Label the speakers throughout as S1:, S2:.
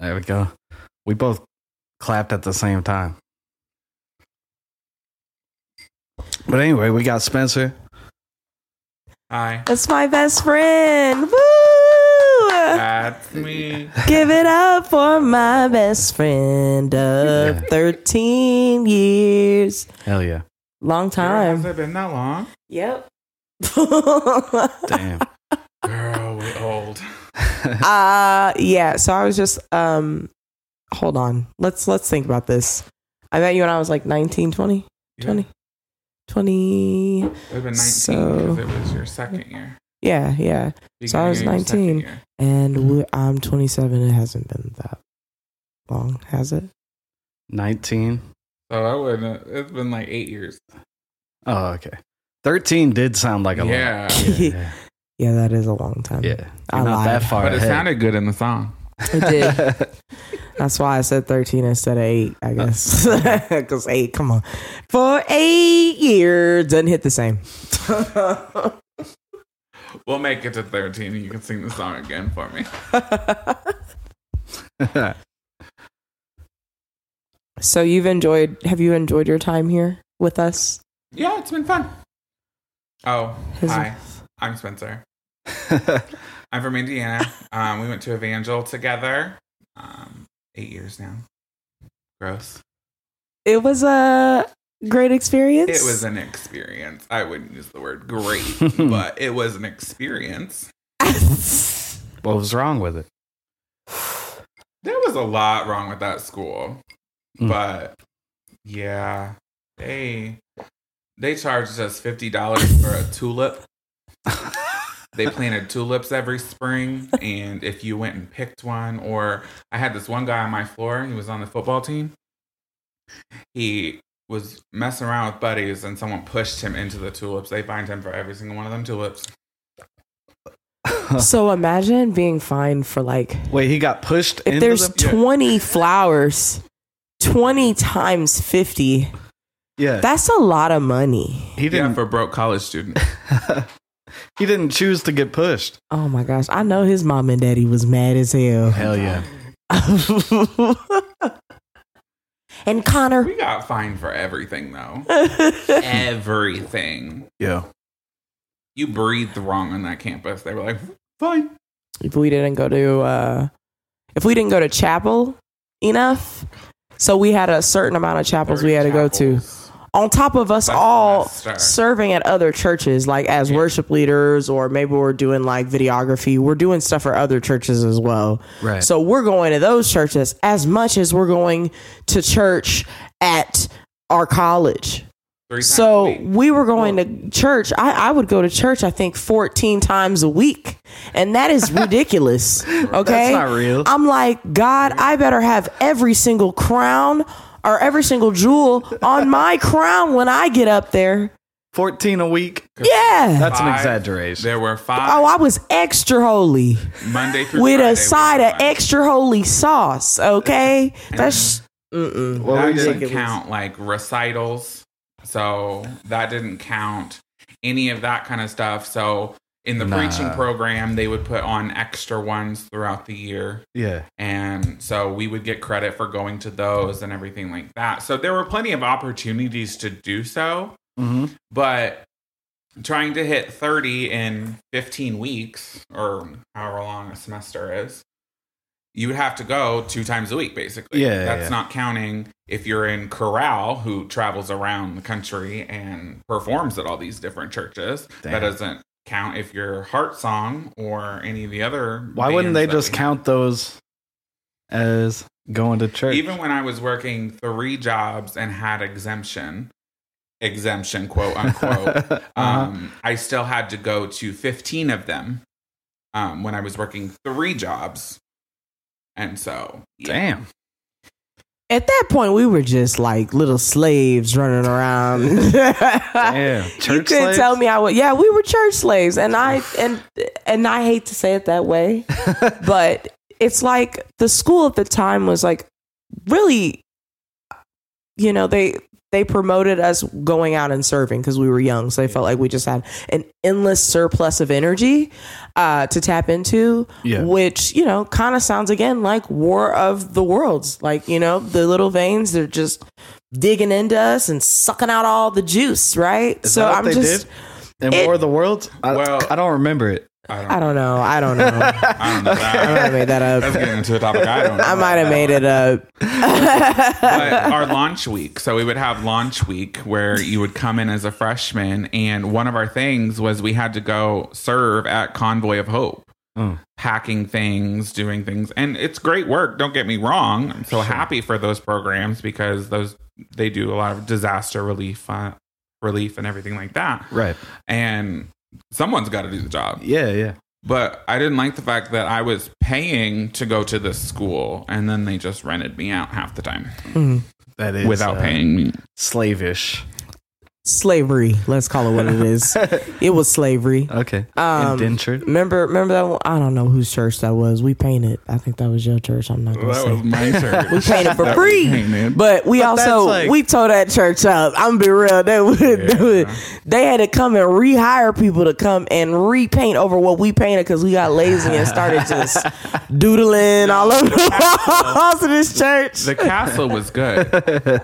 S1: it go. We both clapped at the same time. But anyway, we got Spencer.
S2: Hi.
S3: That's my best friend. Woo!
S2: That's me.
S3: Give it up for my best friend of
S1: Yeah.
S3: 13 years.
S1: Hell yeah.
S3: Long
S2: Girl, has
S3: time.
S2: it been that long?
S3: Yep. Uh,
S1: Damn.
S2: Girl, we old.
S3: uh yeah, so I was just um hold on. Let's let's think about this. I met you when I was like 19, 20, 20. 20.
S2: It would have been 19
S3: So-
S2: because it was your second year.
S3: Yeah, yeah. So I was
S2: Beginning of your second
S3: 19.
S2: year.
S3: And we're, I'm 27. It hasn't been that long, has it?
S1: 19.
S2: So I wouldn't. It's been like eight years.
S1: Oh, okay. 13 did sound like a lot.
S2: yeah.
S1: Yeah. Yeah.
S3: Yeah, that is a long time.
S1: yeah.
S3: I
S1: You're not
S3: lied.
S1: that far
S2: But it
S1: ahead.
S2: sounded good in the song.
S3: It did. That's why I said 13 instead of 8, I guess. Because 8, come on. For 8 years, doesn't hit the same.
S2: We'll make it to 13 and you can sing the song again for me.
S3: so you've enjoyed, have you enjoyed your time here with us?
S2: Yeah, it's been fun. Oh,
S3: Has-
S2: hi. I'm Spencer. I'm from Indiana. Um, we went to Evangel together. Um, eight years now. Gross.
S3: It was a great experience.
S2: It was an experience. I wouldn't use the word great, but it was an experience.
S1: what was wrong with it?
S2: There was a lot wrong with that school,
S1: Mm.
S2: but yeah, they they charged us fifty dollars for a tulip. they planted tulips every spring, and if you went and picked one, or I had this one guy on my floor. He was on the football team. He was messing around with buddies, and someone pushed him into the tulips. They fined him for every single one of them tulips.
S3: so imagine being fined for like,
S1: Wait, he got pushed
S3: if
S1: into
S3: there's
S1: the-
S2: yeah.
S3: 20 flowers, 20 times 50,
S1: Yeah.
S3: that's a lot of money.
S1: he
S2: Yeah,
S1: didn't
S2: for broke college students.
S1: he didn't choose to get pushed.
S3: Oh my gosh. I know his mom and daddy was mad as hell.
S1: Hell yeah.
S3: and Connor.
S2: We got fined for everything though.
S3: yeah.
S2: everything.
S1: Yeah.
S2: You breathed wrong on that campus. They were like, fine.
S3: If we didn't go to uh if we didn't go to chapel enough, so we had a certain amount of chapels we had to go to. On top of us
S2: That's
S3: all
S2: messed up.
S3: serving at other churches, like as
S2: Yeah.
S3: worship leaders, or maybe we're doing like videography. We're doing stuff for other churches as well.
S1: Right.
S3: So we're going to those churches as much as we're going to church at our college.
S2: Three times
S3: So
S2: a week.
S3: we were going to church. I, I would go to church, I think, 14 times a week. And that is ridiculous. Okay.
S1: That's not real.
S3: I'm like, God, I better have every single crown or every single jewel on my crown when I get up there.
S1: 14 a week.
S3: Yeah.
S1: That's an
S2: Five.
S1: exaggeration.
S2: there were five
S3: oh, I was extra holy
S2: Monday through
S3: with
S2: Friday.
S3: a side
S2: we
S3: of
S2: were fine.
S3: extra holy sauce. Okay. That's. Mm-mm.
S1: Well,
S2: that
S1: we
S2: didn't
S3: ridiculous.
S2: count like recitals. So that didn't count any of that kind of stuff. So in the
S1: Nah.
S2: preaching program, they would put on extra ones throughout the year.
S1: Yeah.
S2: And so we would get credit for going to those and everything like that. So there were plenty of opportunities to do so,
S1: hmm
S2: but trying to hit 30 in 15 weeks or however long a semester is, you would have to go two times a week, basically.
S1: Yeah, yeah,
S2: That's
S1: yeah.
S2: not counting if you're in Corral, who travels around the country and performs at all these different churches. That
S1: Damn.
S2: doesn't count if you're Heart Song or any of the other.
S1: Why wouldn't
S2: bands
S1: they
S2: that
S1: just
S2: we have.
S1: count those as going to church?
S2: Even when I was working three jobs and had exemption, exemption, quote unquote,
S1: Uh-huh.
S2: um, I still had to go to 15 of them um, when I was working three jobs. And so, yeah.
S1: Damn.
S3: At that point, we were just like little slaves running around.
S1: Damn. Church
S3: you couldn't
S1: slaves?
S3: tell me I would. Yeah, we were church slaves, and I and and I hate to say it that way, but it's like the school at the time was like really, you know they they promoted us going out and serving because we were young. So they felt like we just had an endless surplus of energy uh, to tap into,
S1: Yeah.
S3: which, you know, kind of sounds again like War of the Worlds. Like, you know, the little veins, they're just digging into us and sucking out all the juice, right?
S1: Is that what they did in
S3: it-
S1: War of the Worlds? I,
S2: Well-
S1: I don't remember it.
S2: I don't,
S3: I don't know. I don't know. I
S2: I don't know.
S3: might have made that
S2: Let's
S3: up.
S2: get into a topic I don't know.
S3: I might have made it up.
S2: but our launch week. So we would have launch week where you would come in as a freshman, and one of our things was we had to go serve at Convoy of Hope,
S1: Mm.
S2: packing things, doing things, and it's great work. Don't get me wrong. I'm so happy for those programs because those they do a lot of disaster relief, uh, relief, and everything like that.
S1: Right.
S2: And someone's got to do the job
S1: Yeah, yeah.
S2: but I didn't like the fact that I was paying to go to this school, and then they just rented me out half the time
S1: That is
S2: without
S1: uh,
S2: paying me.
S1: Slavish.
S3: Slavery. Let's call it what it is. it was slavery.
S1: Okay.
S3: Um,
S1: Indentured.
S3: Remember, remember that one? I don't know whose church that was. We painted. I think that was your church. I'm not gonna
S2: That was
S3: say.
S2: my turn.
S3: We painted for free,
S2: Painted.
S3: but we
S1: But that's
S3: also
S1: like-
S3: we tore that church up. I'm gonna be real. They would, they, would- they had to come and rehire people to come and repaint over what we painted because we got lazy and started just doodling all over the walls of this church.
S2: the castle was good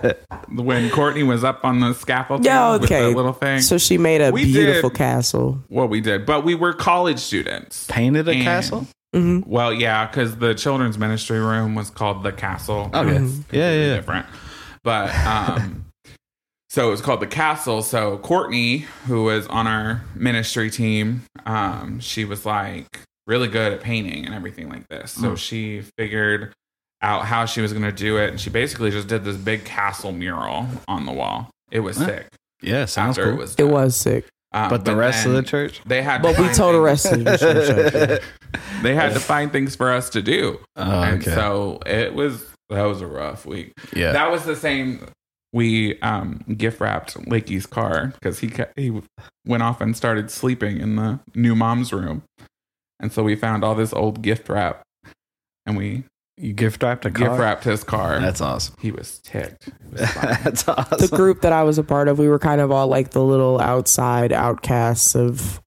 S2: when Courtney was up on the scaffold.
S3: yeah,
S2: with
S3: okay.
S2: that little thing.
S3: So she made a
S2: We did-
S3: beautiful castle.
S2: what we did, but we were college students.
S1: Painted a
S2: And-
S1: castle?
S2: Well, yeah, because the children's ministry room was called the castle.
S1: Okay.
S2: It's
S1: Oh, Yeah, yeah, yeah.
S2: different. But um, so it was called the castle. So Courtney, who was on our ministry team, um, she was like really good at painting and everything like this.
S1: Mm.
S2: So she figured out how she was going to do it, and she basically just did this big castle mural on the wall. It was
S1: Huh.
S2: sick.
S1: Yeah, sounds
S2: after
S1: cool.
S2: it was,
S3: It
S2: done.
S3: was sick,
S2: Um,
S1: but, the rest of the
S2: then
S1: church?
S2: they had, to
S3: but we
S2: find
S3: told the
S2: things-
S3: rest of the church.
S2: They had to find things for us to do
S1: Oh,
S2: and
S1: okay.
S2: so it was that was a rough week.
S1: yeah.
S2: That was the same. We um, gift wrapped Lakey's car because he ca- he went off and started sleeping in the new mom's room, and so we found all this old gift wrap, and we
S1: you gift wrapped a car?
S2: gift wrapped his car.
S1: That's awesome.
S2: he was ticked. He was fine.
S1: That's awesome.
S3: the group that I was a part of, we were kind of all like the little outside outcasts of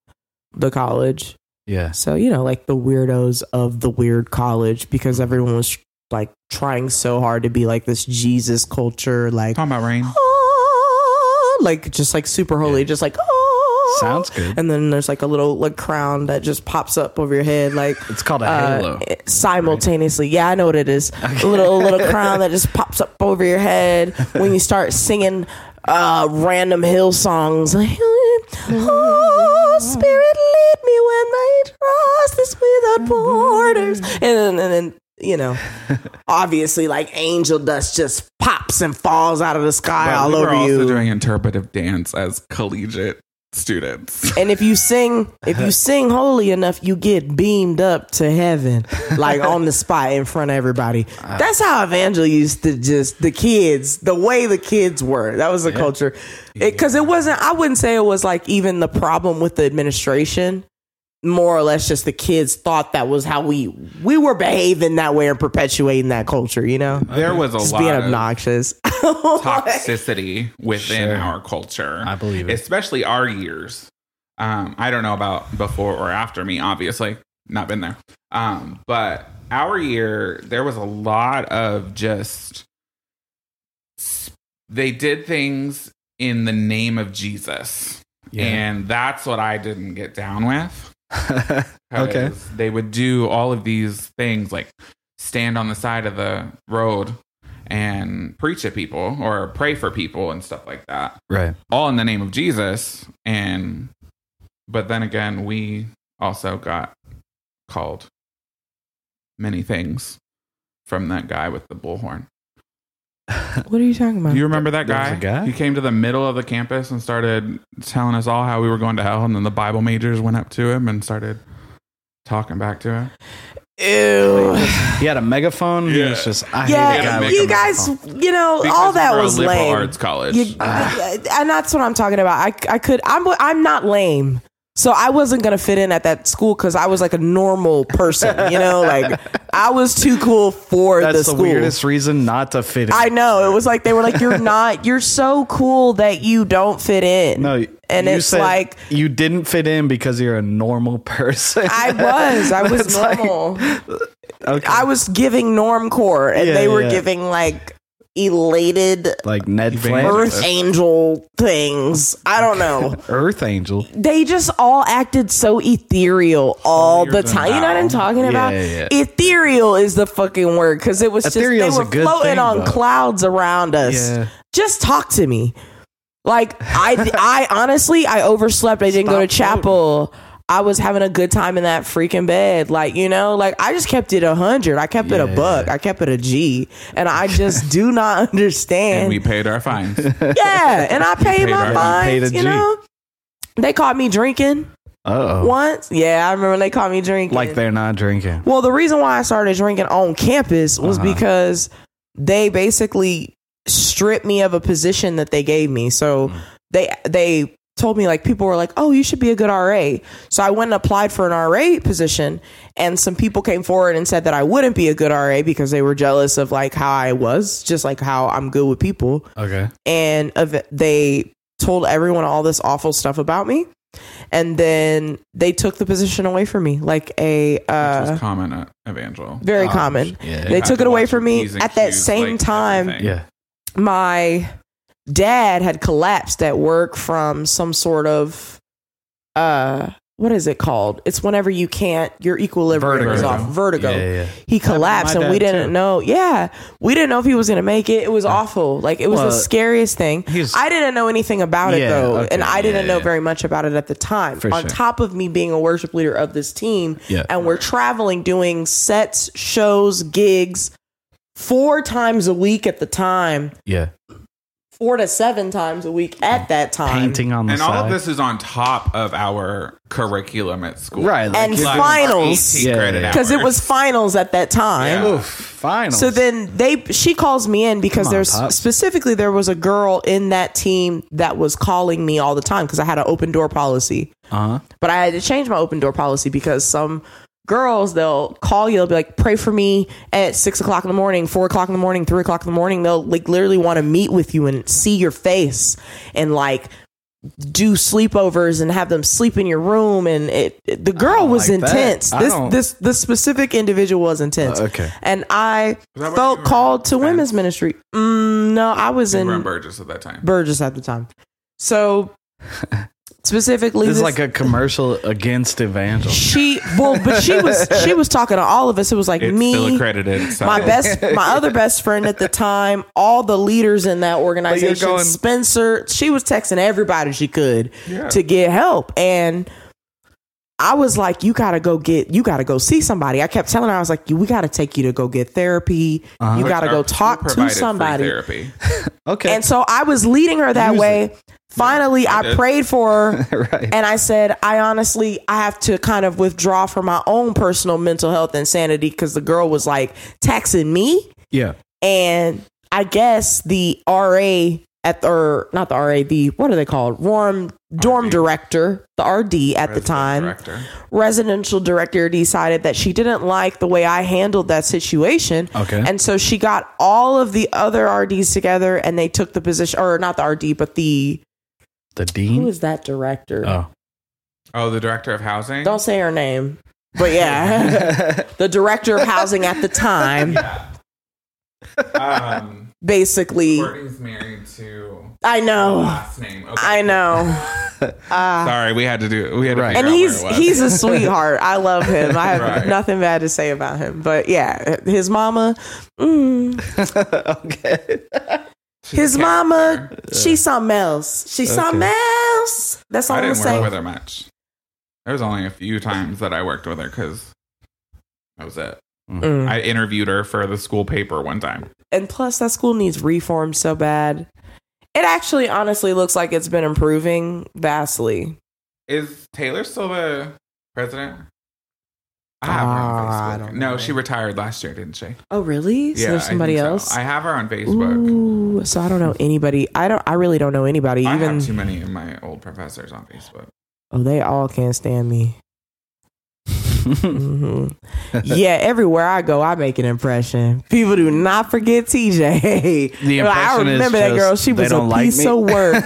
S3: the college.
S1: Yeah.
S3: So, you know, like the weirdos of the weird college because everyone was like trying so hard to be like this Jesus culture, like,
S2: Talking about rain.
S3: "Ah," like just like super holy,
S1: Yeah.
S3: just like, "Ah."
S1: Sounds good.
S3: And then there's like a little like crown that just pops up over your head, like
S1: It's called a
S3: uh,
S1: halo.
S3: simultaneously. Yeah, I know what it is. A little a little crown that just pops up over your head when you start singing uh, random hill songs. Oh, spirit, lead me when my trust is without borders. And then, and then you know, obviously, like angel dust just pops and falls out of the sky
S2: But
S3: all
S2: we were
S3: over
S2: also
S3: you.
S2: doing interpretive dance as collegiate students.
S3: and if you sing, if you sing holy enough, you get beamed up to heaven, like on the spot in front of everybody.
S2: Ah.
S3: That's how Evangel used to just the kids, the way the kids were. That was the culture, because it, wasn't. I wouldn't say it was like even the problem with the administration. More or less, just the kids thought that was how we we were behaving that way and perpetuating that culture. You know,
S2: There was a
S3: just
S2: lot
S3: being
S2: of
S3: obnoxious.
S2: toxicity within
S1: Sure.
S2: our culture.
S1: I believe it.
S2: especially our years. Um, I don't know about before or after me, obviously, not been there. Um, but our year, there was a lot of just they did things in the name of Jesus,
S1: Yeah.
S2: and that's what I didn't get down with.
S1: okay.
S2: 'Cause They would do all of these things like stand on the side of the road and preach at people or pray for people and stuff like that
S1: Right.
S2: all in the name of Jesus. And but then again, we also got called many things from that guy with the bullhorn.
S3: what are you talking about?
S2: Do you remember that
S1: There was
S2: guy?
S1: a guy?
S2: He came to the middle of the campus and started telling us all how we were going to hell, and then the Bible majors went up to him and started talking back to him.
S3: Ew.
S1: He had a megaphone. He
S2: Yeah.
S1: was just, I hate that
S2: gotta
S1: guy.
S3: Yeah,
S1: with
S2: make
S1: a
S2: a
S3: you guys,
S1: megaphone.
S3: you know, all
S2: Because
S3: that
S2: we're a
S3: was
S2: liberal
S3: lame.
S2: arts college.
S1: Ah.
S3: You- and that's what I'm talking about. I, I could, I'm, I'm not lame. So I wasn't gonna fit in at that school because I was like a normal person, you know, like I was too cool for
S1: That's
S3: the
S1: the,
S3: school.
S1: weirdest reason not to fit in.
S3: I know it was like they were like, "You're not. You're so cool that you don't fit in."
S1: No,
S3: and
S1: you
S3: it's
S1: said
S3: like
S1: you didn't fit in because you're a normal person.
S3: I was, I was
S1: It's like-
S3: normal.
S1: okay.
S3: I was giving norm core, and
S1: Yeah,
S3: they were
S1: yeah.
S3: giving like elated
S1: like Ned
S3: earth
S1: Flanders,
S3: angel things. I don't know.
S1: Earth Angel.
S3: they just all acted so ethereal all
S2: you're
S3: the
S2: doing
S3: time. You know what I'm
S2: that.
S3: talking
S1: Yeah,
S3: about?
S1: yeah.
S3: Ethereal is the fucking word because it was just
S1: Ethereal's a
S3: they were
S1: good
S3: floating
S1: thing,
S3: on
S1: though.
S3: clouds around us.
S1: Yeah.
S3: Just talk to me. Like I, I honestly, I overslept. I didn't go to
S1: Stop
S3: chapel. I was having a good time in that freaking bed. Like you know, like I just kept it a hundred. I kept it a
S1: Yeah.
S3: buck. I kept it a G. And I just do not understand
S2: And we paid our fines.
S1: Uh,
S3: yeah, and I paid,
S2: paid
S3: my
S2: our-
S1: paid
S2: you
S3: fines.
S1: a
S3: You
S1: G.
S3: know, they caught me drinking
S1: Oh,
S3: once. Yeah, I remember when they caught me drinking.
S1: like they're not drinking.
S3: well, the reason why I started drinking on campus was
S1: Uh-huh.
S3: because they basically stripped me of a position that they gave me. So
S1: Mm.
S3: they they told me like people were like, "Oh, you should be a good RA." So I went and applied for an RA position, and some people came forward and said that I wouldn't be a good RA because they were jealous of like how I was, just like how I'm good with people
S1: Okay.
S3: and of they told everyone all this awful stuff about me and then they took the position away from me like a
S2: which
S3: uh
S2: was common at Evangel.
S3: very
S1: Oh,
S3: common
S1: Yeah.
S3: they
S2: You have
S3: took
S2: to
S3: it away
S2: watch
S3: from
S2: your
S3: me
S2: P's and
S3: at that
S2: Q's,
S3: same
S2: like,
S3: time
S2: everything.
S1: yeah.
S3: my dad had collapsed at work from some sort of uh what is it called it's whenever you can't your equilibrium is
S1: Vertigo.
S3: off vertigo
S1: Yeah, yeah, yeah.
S3: he collapsed
S1: my
S3: and we
S1: dad,
S3: didn't
S1: too.
S3: know yeah we didn't know if he was gonna make it it was awful like it was the
S1: Well,
S3: scariest thing
S1: he was-
S3: i didn't know anything about it
S1: Yeah,
S3: though
S1: okay,
S3: and i didn't
S1: yeah,
S3: know
S1: yeah.
S3: very much about it at the time
S1: For
S3: on
S1: sure.
S3: top of me being a worship leader of this team
S1: Yeah.
S3: and we're traveling doing sets shows gigs four times a week at the time
S1: Yeah.
S3: four to seven times a week at that time
S1: Painting on the
S2: And all
S1: side.
S2: of this is on top of our curriculum at school.
S1: right. like,
S3: And
S1: you're
S2: Like,
S1: doing-
S3: finals.
S2: 18
S1: Yeah,
S2: credit
S1: yeah.
S3: because it
S2: hours.
S3: was finals at that time
S2: Yeah.
S1: Oof, finals.
S3: So then they she calls me in because
S1: Come on,
S3: there's
S1: Pops.
S3: specifically there was a girl in that team that was calling me all the time because I had an open door policy.
S1: uh huh.
S3: But I had to change my open door policy because some girls they'll call you, they'll be like, pray for me at six o'clock in the morning, four o'clock in the morning, three o'clock in the morning. They'll like literally want to meet with you and see your face and like do sleepovers and have them sleep in your room and it, it- the girl
S1: don't
S3: was
S1: like that.
S3: intense.
S1: I
S3: This
S1: don't-
S3: this this specific individual was intense.
S1: Uh, okay.
S3: And I
S2: that where you
S3: felt
S2: were
S3: called to
S2: Burgess?
S3: women's ministry. Mm, no, I was
S2: You were in
S3: in
S2: Burgess at that time.
S3: Burgess at the time. So specifically,
S1: This is
S3: this-
S1: like a commercial against Evangel.
S3: she well, but she was she was talking to all of us. It was like
S2: It's
S3: me,
S2: still accredited. So
S3: my best, my other best friend at the time, all the leaders in that organization,
S1: going-
S3: Spencer. She was texting everybody she could
S2: Yeah.
S3: to get help, and I was like, "You gotta go get, you gotta go see somebody." I kept telling her, I was like, "We gotta take you to go get therapy. You
S1: Uh-huh.
S3: gotta
S2: Our
S3: go
S2: school
S3: talk to
S2: provided free
S3: somebody."
S2: Therapy.
S1: Okay.
S3: And so I was leading her that
S1: Use it.
S3: way. Finally, I,
S2: did.
S3: prayed for her.
S1: right.
S3: And I said, I honestly, I have to kind of withdraw from my own personal mental health insanity because the girl was like taxing me.
S1: yeah.
S3: And I guess the RA at the, or not the RA, the, what are they called? Warm dorm
S2: RD.
S3: director, the RD at the
S2: Resident
S3: time,
S2: director.
S3: residential director decided that she didn't like the way I handled that situation.
S1: Okay.
S3: And so she got all of the other RDs together and they took the position, or not the RD, but the,
S1: the
S3: who
S1: dean.
S3: is that director?
S1: Oh.
S2: Oh, the director of housing.
S3: Don't say her name. But yeah, the director of housing at the time
S2: Um,
S3: basically.
S2: Courtney's married to
S3: I know.
S2: last name. Okay.
S3: Oh, I know. Uh,
S2: Sorry, we had to do. We had to.
S1: Right.
S3: and
S2: figure out
S3: he's
S2: where it was.
S3: he's a sweetheart. I love him. I have
S2: Right.
S3: nothing bad to say about him. But yeah, his mama, mm,
S1: okay.
S2: She's a
S3: his mama, she's something else. She's
S1: Okay.
S3: something else. That's all
S2: I
S3: I'm
S2: didn't work
S3: saying.
S2: with her much. There was only a few times that I worked with her because that was it.
S3: Mm.
S2: I interviewed her for the school paper one time.
S3: and plus that school needs reform so bad. It actually honestly looks like it's been improving vastly.
S2: Is Taylor still the president? I have
S3: Ah, I
S2: her on Facebook.
S3: don't
S2: no,
S3: know.
S2: she retired last year, didn't she?
S3: Oh really? So
S2: I
S3: there's
S2: think
S3: somebody
S2: so.
S3: else?
S2: I have her on Facebook.
S3: Ooh, so I don't know anybody. I don't I really don't know anybody
S2: I
S3: even
S2: have too many of my old professors on Facebook.
S3: Oh, they all can't stand me. hmm Yeah, everywhere I go, I make an impression. People do not forget TJ.
S1: The
S3: Like, I
S1: impression is
S3: remember that
S1: just
S3: girl. She
S1: they
S3: was a
S1: don't like
S3: piece
S1: me.
S3: of work.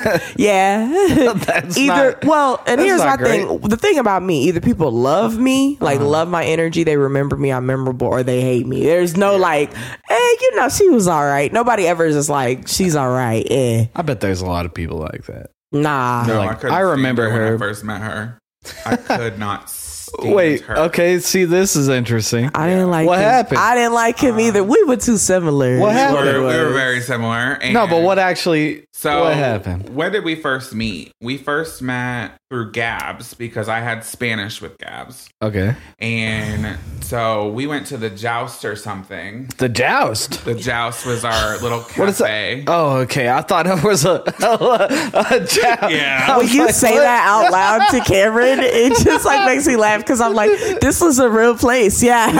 S3: yeah.
S1: That's
S3: either
S1: not-
S3: well, and
S1: that's
S3: here's my
S1: not great. Uh-huh.
S3: thing. The thing about me, either people love me, like love my energy, they remember me, I'm memorable, or they hate me. There's no like, hey, you know, she was all right. Nobody ever is just like, she's all right. Eh.
S1: I bet there's a lot of people like that.
S3: Nah.
S2: No,
S1: Like,
S2: I couldn't.
S1: I remember
S2: stand when
S1: her.
S2: I first met her. I could not stand
S1: Wait,
S2: her.
S1: okay, see, this is interesting.
S3: I didn't like
S1: What
S3: him.
S1: happened?
S3: I didn't like him
S2: Uh.
S3: either. We were too similar.
S1: What
S2: We
S1: happened?
S2: were, we were
S1: was-
S2: very similar. And
S1: no, but what actually?
S2: So
S1: what happened?
S2: Where did we first meet? We first met through Gabs because I had Spanish with Gabs,
S1: Okay,
S2: and so we went to the joust or something.
S1: the joust.
S2: The joust was our little cafe.
S1: What is Oh, okay. I thought it was a, a joust.
S2: Yeah.
S1: I
S3: When
S1: was
S3: you
S1: like,
S3: say
S1: what?
S3: that out loud to Cameron, it just like makes me laugh because I'm like, this was a real place. Yeah.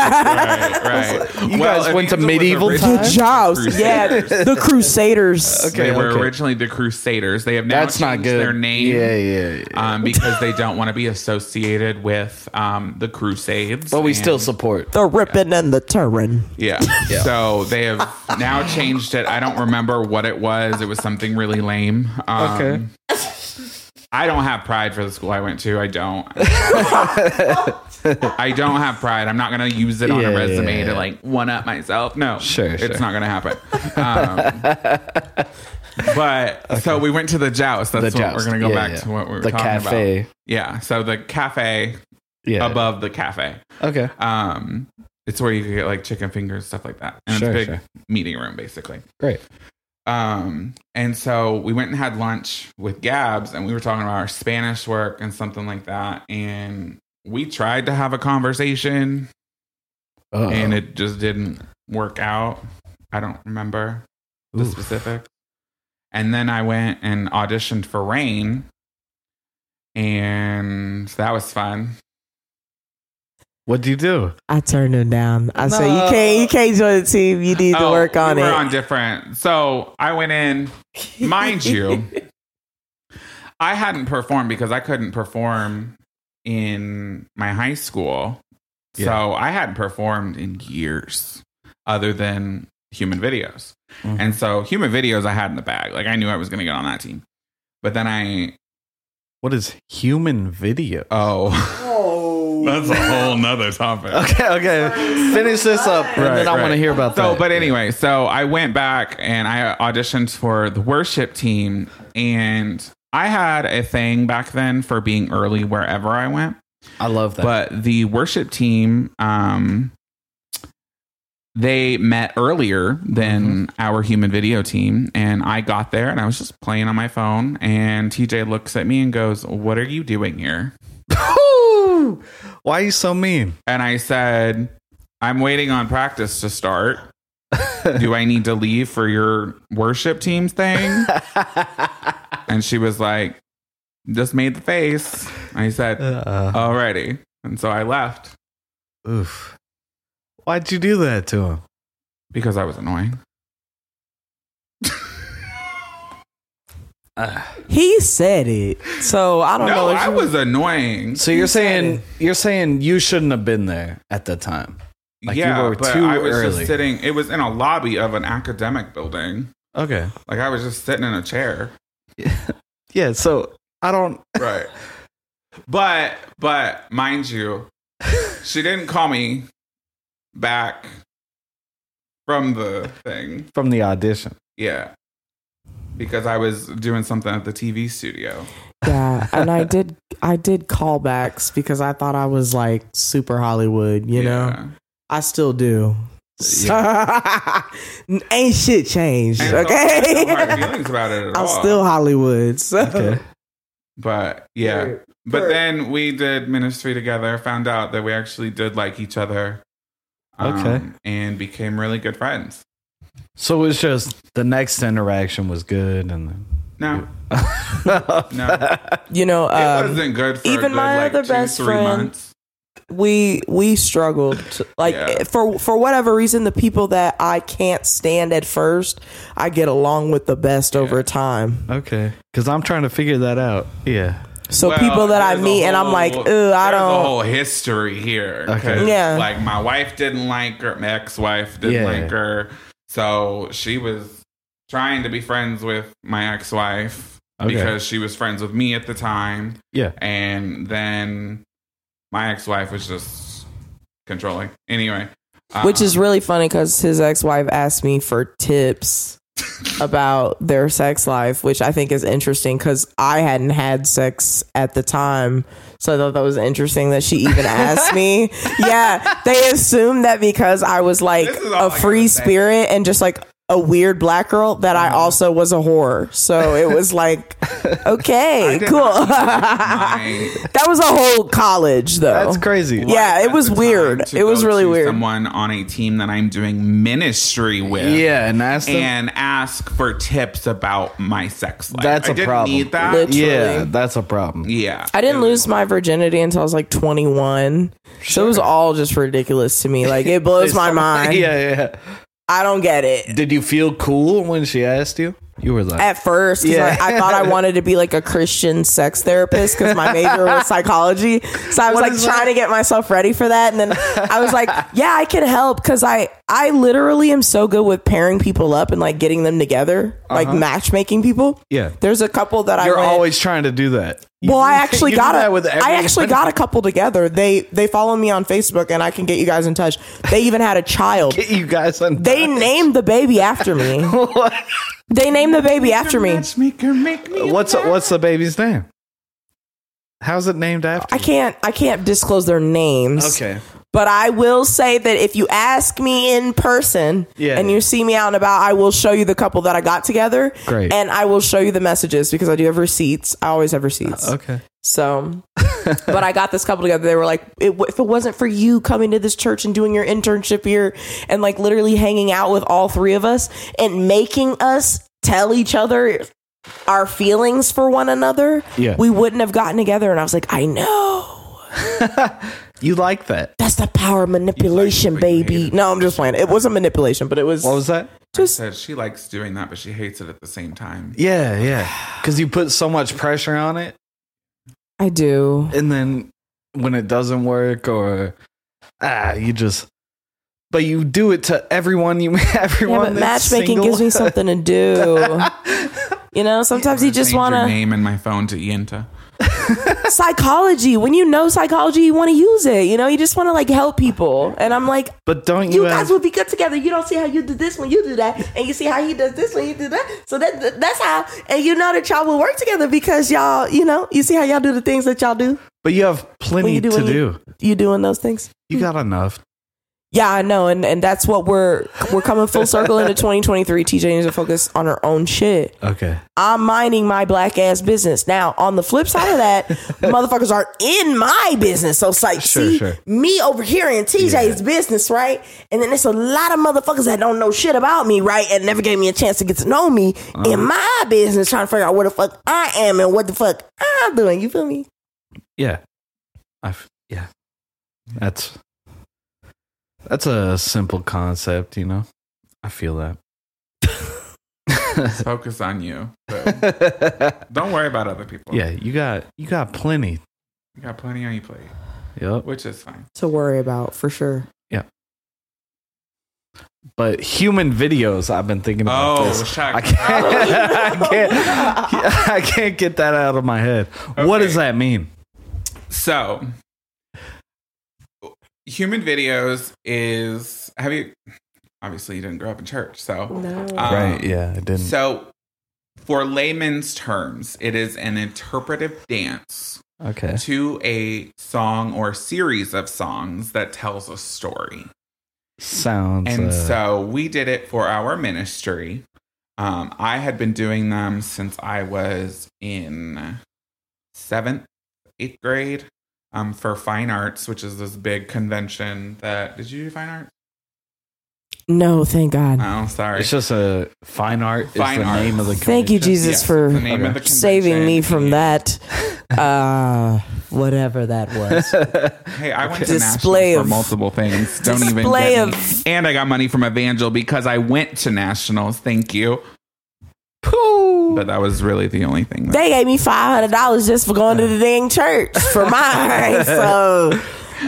S2: Right, right.
S1: You guys
S2: if
S1: went to
S2: it was
S1: medieval
S2: originally
S1: times?
S3: The Jaws. Yeah.
S2: Crusaders.
S3: The Crusaders.
S1: Okay.
S2: They were
S1: okay.
S2: originally the Crusaders. They have now
S1: That's not
S2: changed
S1: good.
S2: their name.
S1: Yeah, yeah. yeah.
S2: um, because they don't want to be associated with um, the Crusades.
S1: but we still
S2: and-
S1: support.
S3: The ripping and the tearing.
S2: yeah. So they have now changed it. I don't remember what it was. It was something really lame. Um,
S1: Okay.
S2: I don't have pride for the school I went to. I don't. I don't have pride. I'm not going to use it on
S1: Yeah,
S2: a
S1: yeah,
S2: resume
S1: yeah.
S2: to like one up myself. No,
S1: Sure,
S2: it's
S1: sure.
S2: not going to happen. Um, but so we went to the joust. That's
S1: The
S2: what
S1: joust.
S2: we're going to go
S1: Yeah,
S2: back
S1: yeah.
S2: to what we were
S1: The
S2: talking about.
S1: cafe.
S2: Yeah. So the cafe
S1: Yeah.
S2: above the cafe.
S1: Okay.
S2: Um, it's where you could get like chicken fingers, stuff like that. And
S1: Sure,
S2: it's a big
S1: sure.
S2: meeting room, basically.
S1: Great.
S2: Um, and so we went and had lunch with Gabs, and we were talking about our Spanish work and something like that. And we tried to have a conversation,
S1: Uh-oh.
S2: and it just didn't work out. I don't remember the
S1: Oof.
S2: specific. And then I went and auditioned for Rain, and that was fun.
S1: What'd you do?
S3: I turned him down. I said,
S1: No.
S3: you can't, you can't join the team. You need to
S2: Oh,
S3: work on
S2: we
S3: it.
S2: We're on different. So I went in, mind you, I hadn't performed because I couldn't perform in my high school. So I hadn't performed in years, other than human videos.
S1: Mhm.
S3: Mm-hmm.
S2: And so human videos I had in the bag. Like I knew I was going to get on that team. But then I
S1: What is human video?
S2: oh,
S3: Oh.
S2: that's a whole nother topic.
S1: Okay, okay. Finish this up, and
S2: Right,
S1: then I
S2: right.
S1: want to hear about
S2: So,
S1: that.
S2: but anyway, so I went back and I auditioned for the worship team, and I had a thing back then for being early wherever I went.
S1: I love that.
S2: But the worship team, um, they met earlier than our human video team, and I got there and I was just playing on my phone, and TJ looks at me and goes, "What are you doing here?"
S1: Woo! Why are you so mean?
S2: And I said, I'm waiting on practice to start. Do I need to leave for your worship team thing? and she was like, just made the face. I said,
S1: Uh,
S2: alrighty. And so I left
S1: oof. Why'd you do that to him?
S2: because I was annoying.
S3: He said it. So I don't know.
S2: Oh, No,
S3: if
S2: I
S3: you-
S2: was annoying.
S1: So you're
S3: said
S1: saying
S3: it.
S1: you're saying you shouldn't have been there at the time. Like, you
S2: yeah,
S1: were
S2: but
S1: too
S2: I was
S1: early.
S2: just sitting. It was in a lobby of an academic building.
S1: Okay.
S2: Like I was just sitting in a chair.
S1: Yeah. So I don't.
S2: right but but mind you she didn't call me back from the thing
S1: From the audition.
S2: yeah because i was doing something at the tv studio
S3: Yeah, and I did. I did callbacks because I thought I was like super Hollywood. You know, I still do. Ain't shit changed.
S2: And so I had no hard
S3: okay,
S2: feelings about it at
S3: I'm
S2: all.
S3: still Hollywood. So
S1: Okay.
S2: but yeah
S3: Right,
S2: but
S3: right.
S2: then we did ministry together found out that we actually did like each other um,
S1: Okay.
S2: and became really good friends
S1: So it's just the next interaction was good, and then
S2: no
S1: no.
S3: you know,
S2: it
S3: um,
S2: wasn't good for
S3: even
S2: a good,
S3: my
S2: like,
S3: other
S2: two,
S3: best
S2: three
S3: friend-
S2: months
S3: we we struggled. to- like eh,
S2: Yeah.
S3: for for whatever reason, the people that I can't stand at first, I get along with the best over time.
S1: Okay. Because I'm trying to figure that out. Yeah.
S3: So people that I
S2: there's a
S3: meet and I'm like,
S2: whole-
S3: "Ugh, I
S2: there's
S3: don't-
S2: A whole history here. 'cause,
S1: Okay.
S3: Yeah.
S2: Like my wife didn't like her, my ex-wife didn't
S1: Yeah.
S2: like her, so she was trying to be friends with my ex-wife
S1: Okay.
S2: because she was friends with me at the time,
S1: Yeah.
S2: and then my ex-wife was just controlling. Anyway, uh,
S3: Which is really funny because his ex wife asked me for tips about their sex life, which I think is interesting because I hadn't had sex at the time. So I thought that was interesting that she even asked me. Yeah, they assumed that because I was like
S2: This is all I
S3: a
S2: gotta
S3: free
S2: say.
S3: spirit and just like a weird black girl that
S2: Mm-hmm.
S3: I also was a whore. So it was like, okay,
S2: did
S3: cool.
S2: not
S3: that
S2: my
S3: was a whole college though.
S1: That's crazy.
S3: Yeah, it
S2: at
S3: was
S2: the time
S3: weird.
S2: to
S3: It was
S2: go
S3: really
S2: to
S3: weird.
S2: Someone on a team that I'm doing ministry with.
S1: Yeah, and ask them.
S2: and ask for tips about my sex life.
S1: That's
S2: I
S1: a
S2: didn't
S1: problem.
S2: need that.
S3: Lit-
S1: yeah, that's a problem.
S2: yeah.
S3: I didn't lose my virginity until I was like 21. So it was all just ridiculous to me. Like it blows my mind.
S1: Yeah, yeah.
S3: I don't get it.
S1: Did you feel cool when she asked you? You were like,
S3: At first, 'cause
S1: Yeah.
S3: I, I thought I wanted to be like a Christian sex therapist because my major was psychology. So I was
S1: What
S3: like
S1: is
S3: trying to get myself ready for that, and then I was like, "Yeah, I can help," because I I literally am so good with pairing people up and like getting them together, like matchmaking people.
S1: yeah.
S3: There's a couple that
S1: Uh-huh. You're
S3: I went,
S1: always trying to do that.
S3: Well,
S1: You-
S3: I actually
S1: you do
S3: got
S1: that
S3: a,
S1: with
S3: I actually
S1: everyone.
S3: got a couple together. They they follow me on Facebook, and I can get you guys in touch. They even had a child.
S1: Get you guys on.
S3: They named the baby after me. They named the baby after me.
S2: Matchmaker, make me
S1: what's
S2: laugh.
S1: what's the baby's name? How's it named after?
S3: I can't I can't disclose their names.
S1: Okay.
S3: But I will say that if you ask me in person
S1: Yeah.
S3: and you see me out and about, I will show you the couple that I got together.
S1: Great.
S3: And I will show you the messages because I do have receipts. I always have receipts.
S1: Okay.
S3: So, but I got this couple together. They were like, it, if it wasn't for you coming to this church and doing your internship here and like literally hanging out with all three of us and making us tell each other our feelings for one another,
S1: Yeah.
S3: we wouldn't have gotten together. And I was like, I know.
S1: You like that?
S3: That's the power of manipulation,
S2: what you
S3: baby. No, I'm just playing. It wasn't manipulation, but it was,
S1: What was that?
S3: just
S2: Said she likes doing that, but she hates it at the same time.
S1: Yeah, yeah. Because you put so much pressure on it,
S3: I do.
S1: and then when it doesn't work, or ah, you just. But you do it to everyone. You
S3: Yeah, but
S1: everyone. that's
S3: matchmaking
S1: single.
S3: gives me something to do. You know, sometimes you just
S2: Change
S3: want
S2: your
S3: to.
S2: name in my phone to Yenta.
S3: psychology. When you know psychology, you want to use it. You know, you just want to like help people. And I'm like,
S1: But don't you?
S3: you guys
S1: have-
S3: would be good together. You don't see how you do this when you do that, and you see how he does this when you do that. So that that- that's how, and you know that y'all will work together because y'all, you know, you see how y'all do the things that y'all do.
S1: but you have
S3: When
S1: plenty
S3: you do
S1: to
S3: when you-
S1: do.
S3: You doing those things?
S1: You got enough.
S3: Yeah, I know, and and that's what we're we're coming full circle into 2023. TJ needs to focus on her own shit.
S1: Okay.
S3: I'm minding my black ass business. Now, on the flip side of that, motherfuckers are in my business. So it's like,
S1: Sure,
S3: see,
S1: sure.
S3: me over here in TJ's business, right? And then there's a lot of motherfuckers that don't know shit about me, right? And never gave me a chance to get to know me
S1: Uh-huh.
S3: in my business, trying to figure out where the fuck I am and what the fuck I'm doing. You feel me?
S1: Yeah. I've yeah. That's that's a simple concept, you know. I feel that.
S2: Focus on you. So don't worry about other people.
S1: yeah, you got you got plenty.
S2: You got plenty on your plate,
S1: Yep.
S2: which is fine.
S3: To worry about for sure.
S1: But human videos, I've been thinking about
S2: Oh,
S1: this.
S2: shock.
S1: I can't, I can't, I can't get that out of my head. What does
S2: Okay.
S1: that mean?
S2: So, human videos is have you? Obviously, you didn't grow up in church, so
S3: No.
S2: um,
S1: Yeah, I didn't.
S2: So, for layman's terms, it is an interpretive dance
S1: okay.
S2: to a song or series of songs that tells a story.
S1: Sounds.
S2: And
S1: uh,
S2: so we did it for our ministry. Um, I had been doing them since I was in seventh, eighth grade um, for Fine Arts, which is this big convention that. Did you do Fine Arts?
S3: No, thank God.
S1: Uh,
S2: Oh, sorry.
S1: Mm-hmm. it's just a fine art.
S2: Fine
S1: is the
S2: art.
S1: name of the.
S3: Thank you,
S1: convention.
S3: Jesus,
S2: Yes,
S3: for
S2: the name of the
S3: saving me
S2: convention
S3: from
S2: is-
S3: that. Uh, whatever that was.
S2: Hey, I went to
S3: Display
S2: nationals
S3: of-
S2: for multiple things. Don't even
S3: Display
S2: get me.
S3: of-
S2: And I got money from Evangel because I went to nationals. Thank you.
S3: Woo.
S2: But that was really the only thing. That,
S3: They gave me five hundred dollars just for going to the dang church for mine. So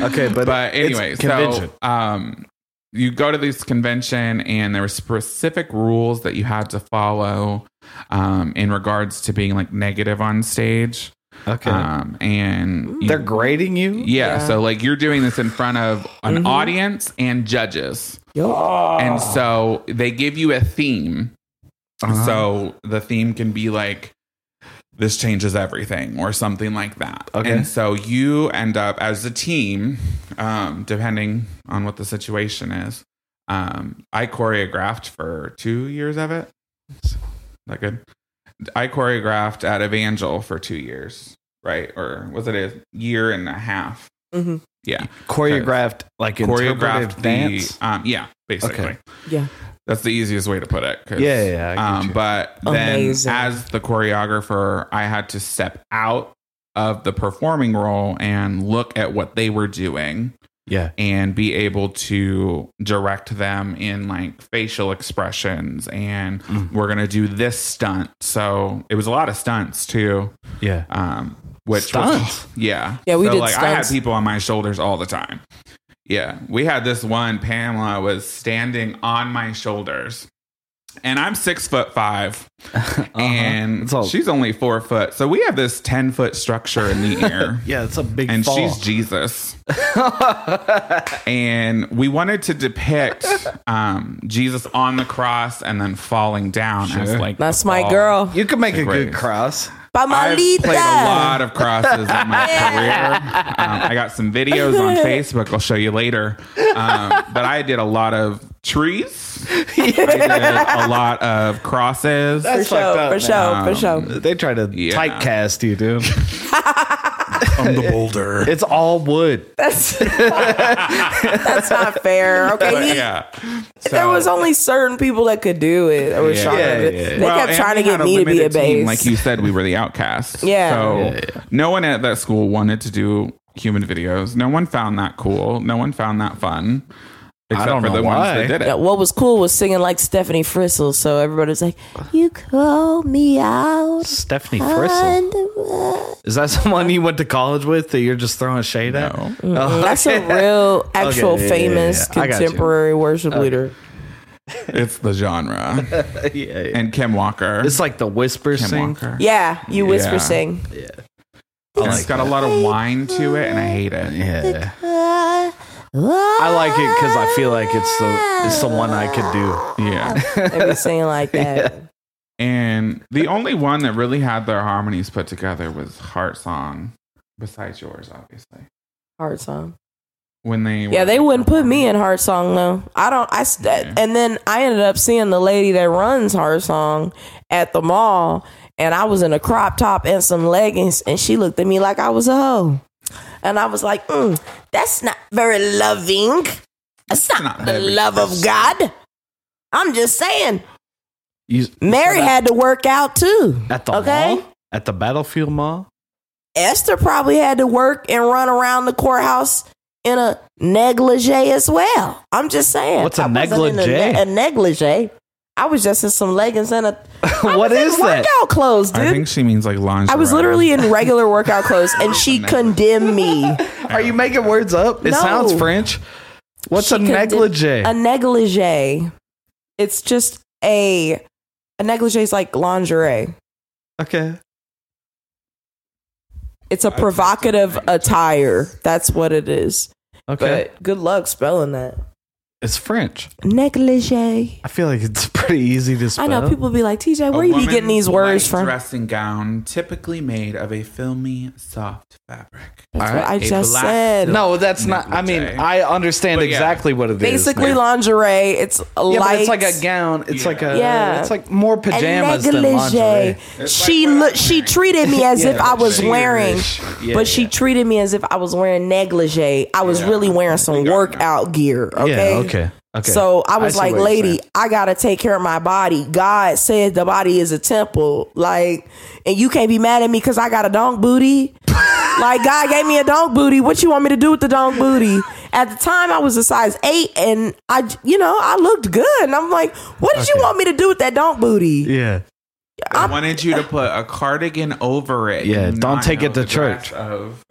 S1: Okay, but
S2: but
S1: it's
S2: anyway,
S1: convention.
S2: so um, you go to this convention, and there were specific rules that you had to follow um, in regards to being like negative on stage.
S1: okay,
S2: Um, and you-
S1: they're grading you.
S3: Yeah.
S2: yeah, so like you're doing this in front of an
S3: Mhm.
S2: audience and judges.
S3: Yup.
S2: And so they give you a theme.
S1: Uh-huh.
S2: So the theme can be like, this changes everything or something like that.
S1: Okay.
S2: And so you end up as a team, um, depending on what the situation is. Um, I choreographed for two years of it. Is that good? I choreographed at Evangel for two years, right? Or was it a year and a half?
S3: Mhm.
S2: Yeah
S1: choreographed like
S2: choreographed
S1: choreographed
S2: the
S1: dance.
S2: um yeah basically
S1: Okay.
S3: Yeah.
S2: that's the easiest way to put it 'cause,
S1: yeah, yeah, yeah. I get
S2: um
S1: you.
S2: but then
S3: Amazing.
S2: as the choreographer i had to step out of the performing role and look at what they were doing
S1: yeah,
S2: and be able to direct them in like facial expressions and
S1: Mm.
S2: we're gonna do this stunt so it was a lot of stunts too
S1: yeah.
S2: um which
S1: Stunts?
S2: was yeah
S3: Yeah, we
S2: so,
S3: did
S2: like i had
S3: stunts.
S2: people on my shoulders all the time yeah we had this one pamela was standing on my shoulders and i'm six foot 5
S3: Uh-huh.
S2: and
S1: It's all-
S2: she's only four foot so we have this 10 foot structure in the air
S1: yeah, it's a big
S2: and
S1: fall.
S2: she's jesus and we wanted to depict um, jesus on the cross and then falling down as
S1: Sure.
S2: like the
S3: that's my
S2: fall.
S3: girl.
S1: you can make a good
S2: Great.
S1: cross.
S2: I've
S3: Pamalita.
S2: played a lot of crosses in my career. Um, I got some videos on Facebook. I'll show you later. Um, but I did a lot of trees. I did a lot of crosses.
S1: That's
S3: for
S1: fucked
S3: sure,
S1: up,
S3: for sure, for
S2: Um,
S3: sure.
S1: They try to
S2: Yeah.
S1: typecast you, dude.
S2: I'm the boulder.
S1: It's all wood.
S3: That's that's not fair. Okay, he-
S2: yeah.
S3: there
S2: So-
S3: was only certain people that could do it. Or
S2: Yeah.
S3: trying
S1: Yeah,
S3: to,
S1: yeah, yeah.
S3: They
S2: Well,
S3: kept
S2: and
S3: trying to
S2: we had
S3: get me to be
S2: limited
S3: a
S2: team.
S3: base.
S2: Like you said, we were the outcasts.
S3: Yeah.
S2: So
S1: Yeah, yeah.
S2: no one at that school wanted to do human videos. No one found that cool. No one found that fun. Except
S1: don't
S2: for
S1: know
S2: the
S1: why.
S2: ones that did it.
S3: Yeah, what was cool was singing like Stephanie Frissel. So everybody's like, "You call me out."
S1: Stephanie Frissel.
S2: Oh,
S1: Is that someone you went to college with that you're just throwing shade at?
S2: No.
S1: Oh,
S3: That's
S1: okay.
S3: a real, actual,
S1: yeah, yeah,
S3: famous
S1: yeah. I got you.
S3: contemporary worship leader.
S2: It's the genre.
S1: Yeah, yeah.
S2: And Kim Walker.
S1: It's like the whisper
S2: Kim
S1: sing.
S2: Walker.
S3: Yeah, you whisper
S2: Yeah.
S3: sing.
S1: I
S2: It's
S1: like
S2: got a lot of wine to it, and I hate it.
S1: Yeah. I like it because I feel like it's the it's the one I could do.
S2: Yeah.
S3: Every singing like that.
S2: And the only one that really had their harmonies put together was Heart Song, besides yours, obviously.
S3: Heart song.
S2: When they
S3: Yeah,
S2: were
S3: they wouldn't put me in Heart Song though. I don't. I s-
S2: Yeah.
S3: and then I ended up seeing the lady that runs Heart Song at the mall, and I was in a crop top and some leggings, and she looked at me like I was a hoe, and I was like, mm, "That's not very loving. That's not,
S2: not
S3: the
S2: very
S3: love of God." I'm just saying.
S1: You
S3: Mary
S1: said
S3: had to work out too.
S1: at the
S3: okay.
S1: mall at the battlefield mall.
S3: Esther probably had to work and run around the courthouse in a negligee as well. I'm just saying.
S1: What's a
S3: I wasn't in
S1: negligee?
S3: A, ne- a negligee. I was just in some leggings and a I
S1: What
S3: was in
S1: is that?
S3: Workout clothes, dude.
S2: I
S3: I,
S2: think she means like lingerie.
S3: was literally in regular workout clothes, and she
S2: That's a negligee.
S3: condemned me.
S1: Are you making words up? It
S3: No.
S1: sounds French. What's
S3: She
S1: a
S3: couldn't do-
S1: negligee?
S3: A negligee. It's just a a negligee is like lingerie.
S1: okay.
S3: It's a
S2: just
S3: provocative
S2: think-
S3: attire. That's what it is.
S1: Okay.
S3: But good luck spelling that.
S1: it's French.
S3: Negligee.
S1: I feel like it's pretty easy to spell.
S3: I know people be like, TJ,
S2: A
S3: where you be
S2: woman's
S3: getting these words
S2: white
S3: from?
S2: Dressing gown, typically made of a filmy, soft fabric.
S3: That's
S1: All
S3: what
S1: right.
S3: I
S2: A
S3: just
S2: black
S3: said.
S2: silk
S1: No, that's not. I mean,
S2: negligee.
S1: I understand
S2: But yeah.
S1: exactly what it is.
S3: Basically,
S1: now.
S3: lingerie. It's
S1: yeah,
S3: light.
S1: but it's like a gown. It's
S2: Yeah.
S1: like a.
S3: Yeah.
S1: It's like more
S3: a
S1: pajamas than
S3: negligee.
S1: lingerie.
S2: It's
S3: She
S2: like what
S3: looked.
S2: I'm
S3: She
S2: wearing.
S3: treated me as
S1: Yeah,
S3: if I
S1: but
S3: was
S1: she-
S3: wearing,
S1: Yeah,
S3: but she
S1: yeah.
S3: treated me as if I was wearing negligee. I was
S2: Yeah.
S3: really wearing some
S2: got it now.
S3: workout gear. Okay.
S1: Yeah. Okay. Okay.
S3: So I was
S1: see
S3: like,
S1: what you're
S3: lady,
S1: saying.
S3: I gotta take care of my body. God said the body is a temple. Like, and you can't be mad at me because I got a donk booty. like, God gave me a donk booty. What you want me to do with the donk booty? At the time, I was a size eight, and I, you know, I looked good. And I'm like, what did you
S1: Okay.
S3: want me to do with that donk booty?
S1: Yeah.
S3: Ah.
S2: I wanted you to put a cardigan over it.
S1: Yeah, don't
S2: not
S1: take it to
S2: the dress
S1: church.
S2: Of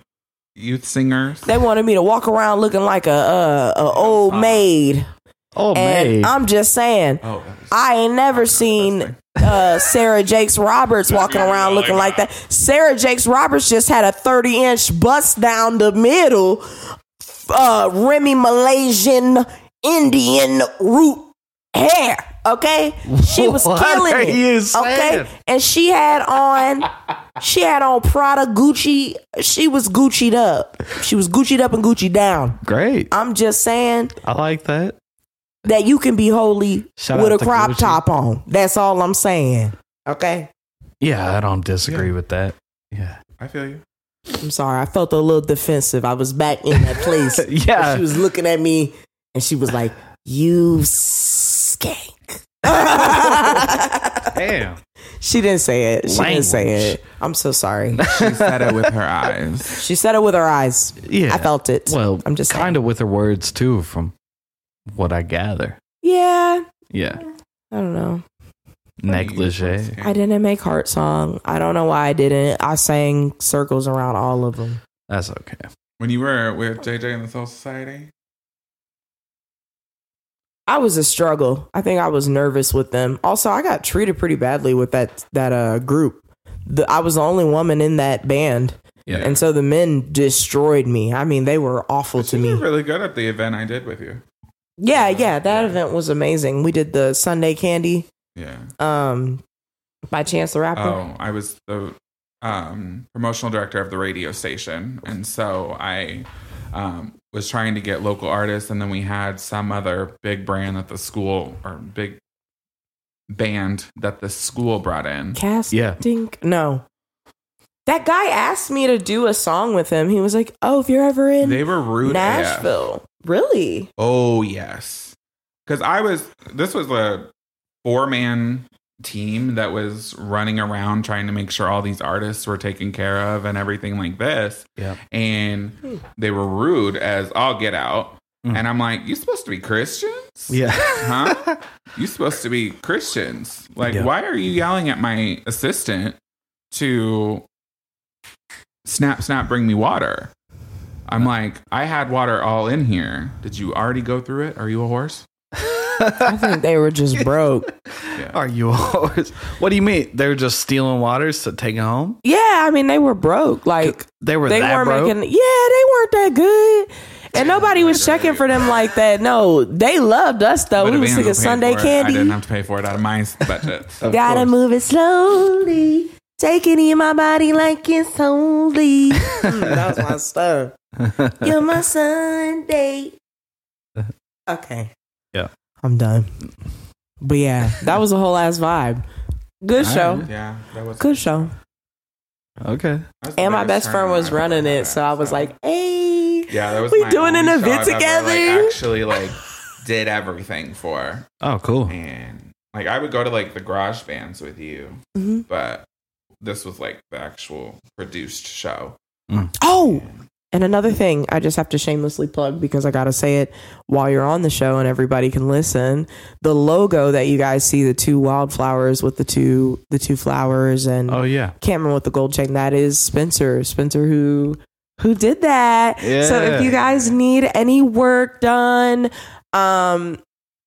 S2: youth singers.
S3: They wanted me to walk around looking like a uh, a old maid,
S1: Oh
S3: and
S1: man,
S3: I'm just saying,
S2: Oh, that was-
S3: I ain't never
S2: that's
S3: seen
S2: right.
S3: uh, Sarah Jakes Roberts walking around looking like that. Sarah Jakes Roberts just had a 30 inch bust down the middle, uh, Remy Malaysian Indian root hair. Okay, she was
S1: What
S3: killing
S1: are
S3: it.
S1: you
S3: okay,
S1: saying?
S3: and she had on, she had on Prada Gucci. She was Gucci'd up. She was Gucci'd up and Gucci down.
S1: great.
S3: I'm just saying
S1: I like that.
S3: that you can be holy
S1: Shout
S3: with
S1: out
S3: a
S1: to
S3: crop
S1: Gucci.
S3: top on. That's all I'm saying. Okay.
S1: Yeah, I don't disagree with that. Yeah,
S2: I feel you.
S3: I'm sorry. I felt a little defensive. I was back in that place.
S1: yeah.
S3: She was looking at me and she was like, You skank.
S1: Damn.
S3: she didn't say it. She didn't say
S1: Language.
S3: it. I'm so sorry.
S2: She said it with her eyes.
S3: She said it with her eyes.
S1: Yeah.
S3: I felt it.
S1: Well,
S3: I'm just
S1: kind of with her words too, from what I gather.
S3: Yeah.
S1: Yeah,
S3: I don't know.
S1: negligee.
S3: I didn't make Heart Song. I don't know why I didn't. I sang circles around all of them.
S1: That's okay.
S2: When you were with JJ in the Soul Society,
S3: I was a struggle. I think I was nervous with them. Also, I got treated pretty badly with that that uh group. The, I was the only woman in that band,
S1: Yeah.
S3: and so the men destroyed me. I mean, they were awful to
S2: you
S3: me.
S2: were really good at the event I did with you.
S3: yeah, yeah, that event was amazing. We did the Sunday Candy
S2: Yeah.
S3: um by Chance the Rapper.
S2: Oh, I was the um, promotional director of the radio station, and so I um, was trying to get local artists, and then we had some other big brand that the school or big band that the school brought in.
S3: Casting?
S1: Yeah.
S3: No. That guy asked me to do a song with him. He was like, "Oh, if you're ever in
S2: They were rude. AF.
S3: Nashville, really?
S2: Oh yes, because I was. This was a four man team that was running around trying to make sure all these artists were taken care of and everything like this.
S1: Yeah.
S3: Hmm.
S2: and they were rude as all get out.
S1: Mm.
S2: And I'm like, you supposed to be Christians?
S1: Yeah.
S2: Huh? you supposed to be Christians. Like,
S1: Yeah.
S2: why are you yelling at my assistant to snap, snap, bring me water? I'm like, I had water all in here. Did you already go through it? Are you a horse?
S3: I think they were just broke."
S1: Are you a horse? What do you mean? They're just stealing waters to take it home?
S3: Yeah, I mean they were broke. Like
S1: They were
S3: they
S1: that
S3: weren't
S1: broke.
S3: making. Yeah, they weren't that good, and nobody was checking for them like that. No, they loved us though.
S2: But
S3: Oh, we was
S2: Evangeline
S3: singing
S2: paid
S3: Sunday
S2: for it. I didn't
S3: Candy.
S2: have to pay for it out of my budget.
S1: Of
S3: Gotta
S1: course.
S3: move it slowly. Take it in my body like it's holy. Mm, that was my stuff. You're my Sunday. Okay.
S1: Yeah.
S3: I'm done. But yeah, that was a whole ass vibe. Good
S1: All
S3: show.
S1: right.
S2: yeah, that was
S3: Good show.
S1: Okay.
S2: that was the
S3: And my
S2: biggest
S3: best friend
S2: turnout
S3: was
S2: I've ever
S3: running
S2: had,
S3: it, so I was
S2: so.
S3: like, "Hey,
S2: Yeah, that was
S3: We
S2: my
S3: doing an
S2: only
S3: event
S2: show I've ever, like,
S3: together?
S2: actually, like did everything for,
S1: Oh, cool.
S2: and like I would go to like the garage bands with you,
S3: Mhm.
S2: but this was like the actual produced show.
S3: oh!" And another thing, I just have to shamelessly plug because I gotta say it while you're on the show and everybody can listen. The logo that you guys see—the two wildflowers with the two the two flowers and
S1: Oh yeah.
S3: Cameron with the gold chain. That is Spencer. Spencer who who did that. So if
S1: Yeah.
S3: you guys need any work done, um,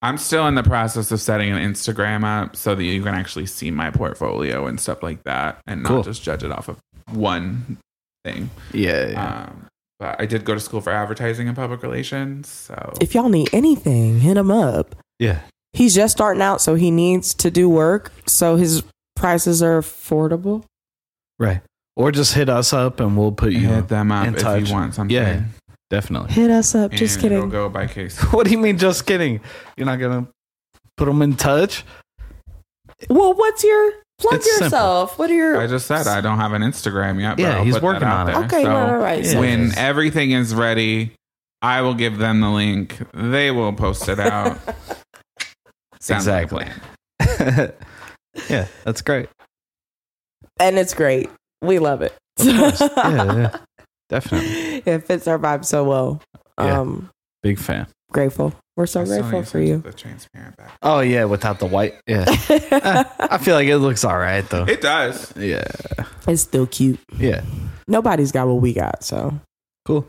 S2: I'm still in the process of setting an Instagram up so that you can actually see my portfolio and stuff like that, and not
S1: Cool.
S2: just judge it off of one thing.
S1: Yeah. yeah.
S2: Um, but I did go to school for advertising and public relations, so
S3: if y'all need anything, hit him up.
S1: yeah.
S3: he's just starting out, so he needs to do work. So his prices are affordable.
S1: Right. Or just hit us up and we'll put you
S2: hit
S1: up.
S2: them up
S1: in
S2: if
S1: touch.
S2: you want something.
S1: Yeah. Definitely.
S3: Hit us up. just
S2: And It'll
S3: kidding.
S2: go by case.
S1: What do you mean? Just kidding. You're not gonna put them in touch?
S3: well, what's your plug
S1: It's simple.
S3: yourself? What are your
S2: I just said I don't have an Instagram yet. But
S1: Yeah,
S2: I'll
S1: he's
S2: put
S1: working
S2: that
S1: on
S2: out
S1: it.
S2: There.
S3: okay?
S2: So
S3: right, right, right.
S2: When
S1: Yes.
S2: everything is ready, I will give them the link. They will post it out. Sounds like a
S1: Exactly.
S2: plan.
S1: yeah, that's great.
S3: and it's great. We love it.
S1: Yeah, yeah. Definitely.
S3: it fits our vibe so well.
S1: Yeah.
S3: Um,
S1: Big fan.
S3: grateful. We're so
S2: I still
S3: grateful
S2: need
S3: for
S2: to
S3: you.
S2: put The transparent back.
S1: Oh yeah, without the white. Yeah, Eh, I feel like it looks all right though.
S2: It does.
S1: Yeah,
S3: It's still cute.
S1: yeah,
S3: Nobody's got what we got, so
S1: cool.